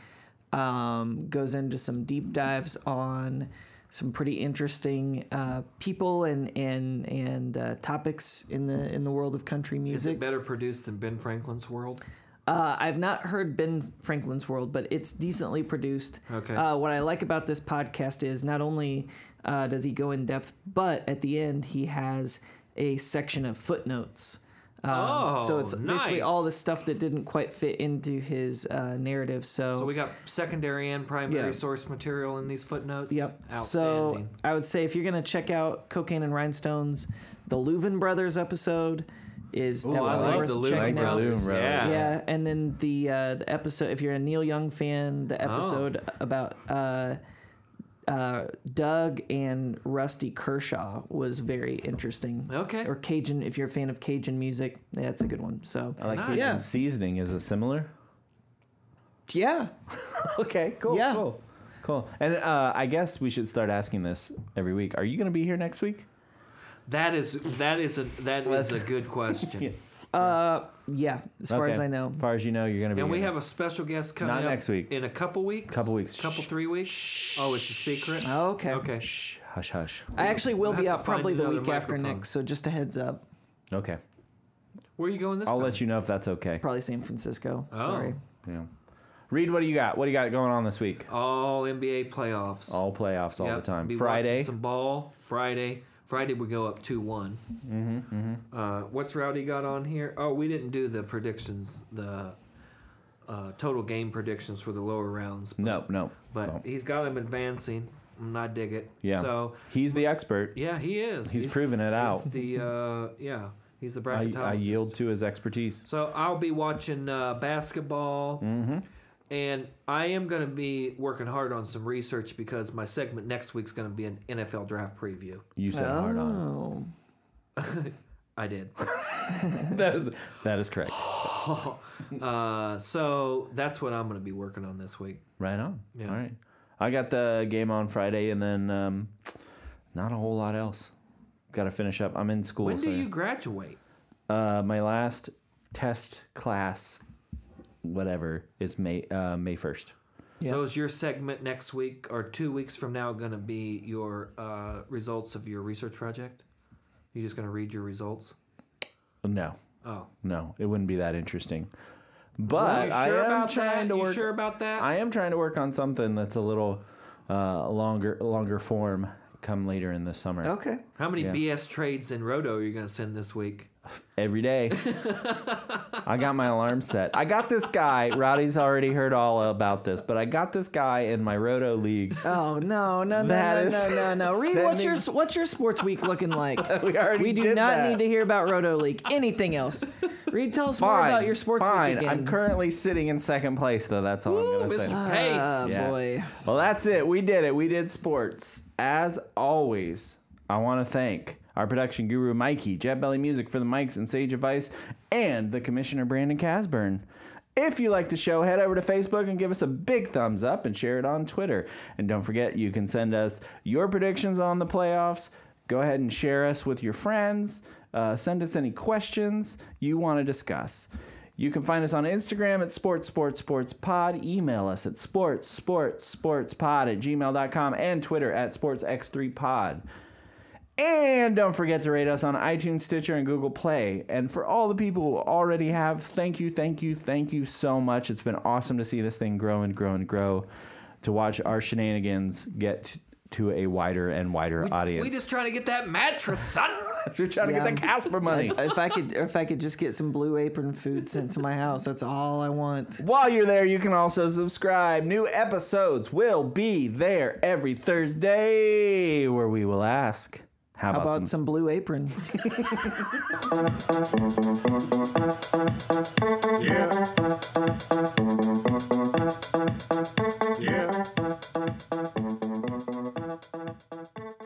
Um, goes into some deep dives on some pretty interesting uh, people and and and uh, topics in the in the world of country
like? Is it
music.
better produced than Ben Franklin's World?
Uh, I've not heard Ben Franklin's World, but it's decently produced.
Okay.
Uh, what I like about this podcast is not only uh, does he go in depth, but at the end he has a section of footnotes. Um, so
Oh,
it's basically
nice.
all the stuff that didn't quite fit into his uh, narrative. So,
So we got secondary and primary
Yeah.
source material in these footnotes.
Yep. So
Outstanding.
I would say if you're gonna check out Cocaine and Rhinestones, the Leuven Brothers episode is
Ooh,
definitely
Oh, I like
worth
the
checking
Lumen
Like the
out.
Lumen
Brothers.
Brothers.
Yeah.
Yeah, and then the uh, the episode. If you're a Neil Young fan, the
Oh.
episode about uh, uh, Doug and Rusty Kershaw was very interesting.
Okay.
Or Cajun, if you're a fan of Cajun music, yeah, that's a good one. So
I like
Nice.
Cajun
Yeah.
seasoning. Is it similar?
yeah,
Okay, cool.
Yeah.
Cool. Cool. And uh, I guess we should start asking this every week. Are you going to be here next week?
That is that is a that is a good question.
uh, yeah. As far as
Okay.
I know,
As far as you know, you're going to be
And we
here.
have a special guest coming
Not
up
next week.
in a couple weeks.
Couple weeks.
Couple
Shh.
three weeks. Oh, it's a secret.
okay.
Okay.
Shh, hush, hush.
I actually will
We'll
be
have
out
to find
probably the
another
week after
microphone.
next, so just a heads up.
Okay.
Where are you going this
I'll
time?
let you know if that's okay.
Probably San Francisco.
Oh.
Sorry.
Yeah. Reed, what do you got? What do you got going on this week?
All NBA playoffs.
All playoffs, all
Yep,
the time.
be
Friday.
watching Some ball. Friday. Friday we go up two one. Mm-hmm, Uh, what's Rowdy got on here? Oh, we didn't do the predictions. The uh, total game predictions for the lower rounds.
no, no.
But
no.
he's got him advancing, and I dig it.
yeah.
So
he's the expert.
yeah, he is.
He's proven it out.
He's the uh, yeah, he's the
I,
bracketologist.
I yield to his expertise.
So I'll be watching uh, basketball,
Mm-hmm.
and I am going to be working hard on some research because my segment next week's going to be an NFL draft preview.
You said hard on.
Oh.
I did.
That is, that is correct.
uh, so that's what I'm going to be working on this week.
Right on.
Yeah.
All right. I got the game on Friday, and then um, not a whole lot else. Got to finish up. I'm in school.
When
so-
do you graduate?
Uh, my last test class, whatever, is May uh, May first.
Yeah.
So is your segment next week or two weeks from now going to be your uh, results of your research project? You just going to read your results?
No,
Oh,
no, it wouldn't be that interesting. But
you
I
sure
am
about
trying
that?
to
you
work.
sure about that?
I am trying to work on something that's a little uh, longer longer form. Come later in the summer.
Oh. Okay.
How many
Yeah.
BS trades in Roto are you going to send this week?
every day. I got my alarm set. I got this guy. Rowdy's already heard all about this, but I got this guy in my roto league.
Oh no no no
That
no,
is
no no no! Reed, what's your
sending-
what's your sports week looking like?
We already
we do
did
not
that.
need to hear about Roto League. Anything else? Reed, tell us more
Fine,
about your sports
fine.
week again.
I'm currently sitting in second place, though. That's all I'm gonna say.
Mr.
Ah,
Pace.
Yeah.
boy.
Well, that's it. We did it. We did sports. As always, I want to thank our production guru Mikey, Jet Belly Music for the mics and sage advice, and the commissioner Brandon Casburn. If you like the show, head over to Facebook and give us a big thumbs up and share it on Twitter. And don't forget, you can send us your predictions on the playoffs. Go ahead and share us with your friends. Uh, send us any questions you want to discuss. You can find us on Instagram at sports sports sports pod. Email us at sports sports sports pod at gmail.com and Twitter at sportsx3pod. And don't forget to rate us on iTunes, Stitcher, and Google Play. And for all the people who already have, thank you, thank you, thank you so much. It's been awesome to see this thing grow and grow and grow, to watch our shenanigans get to a wider and wider audience.
We just trying to get that mattress, son.
We're trying to
Yeah.
get the Casper money.
If I could, if I could just get some Blue Apron food sent to my house, that's all I want.
While you're there, you can also subscribe. New episodes will be there every Thursday where we will ask, How,
How about some, blue apron?
Yeah. Yeah.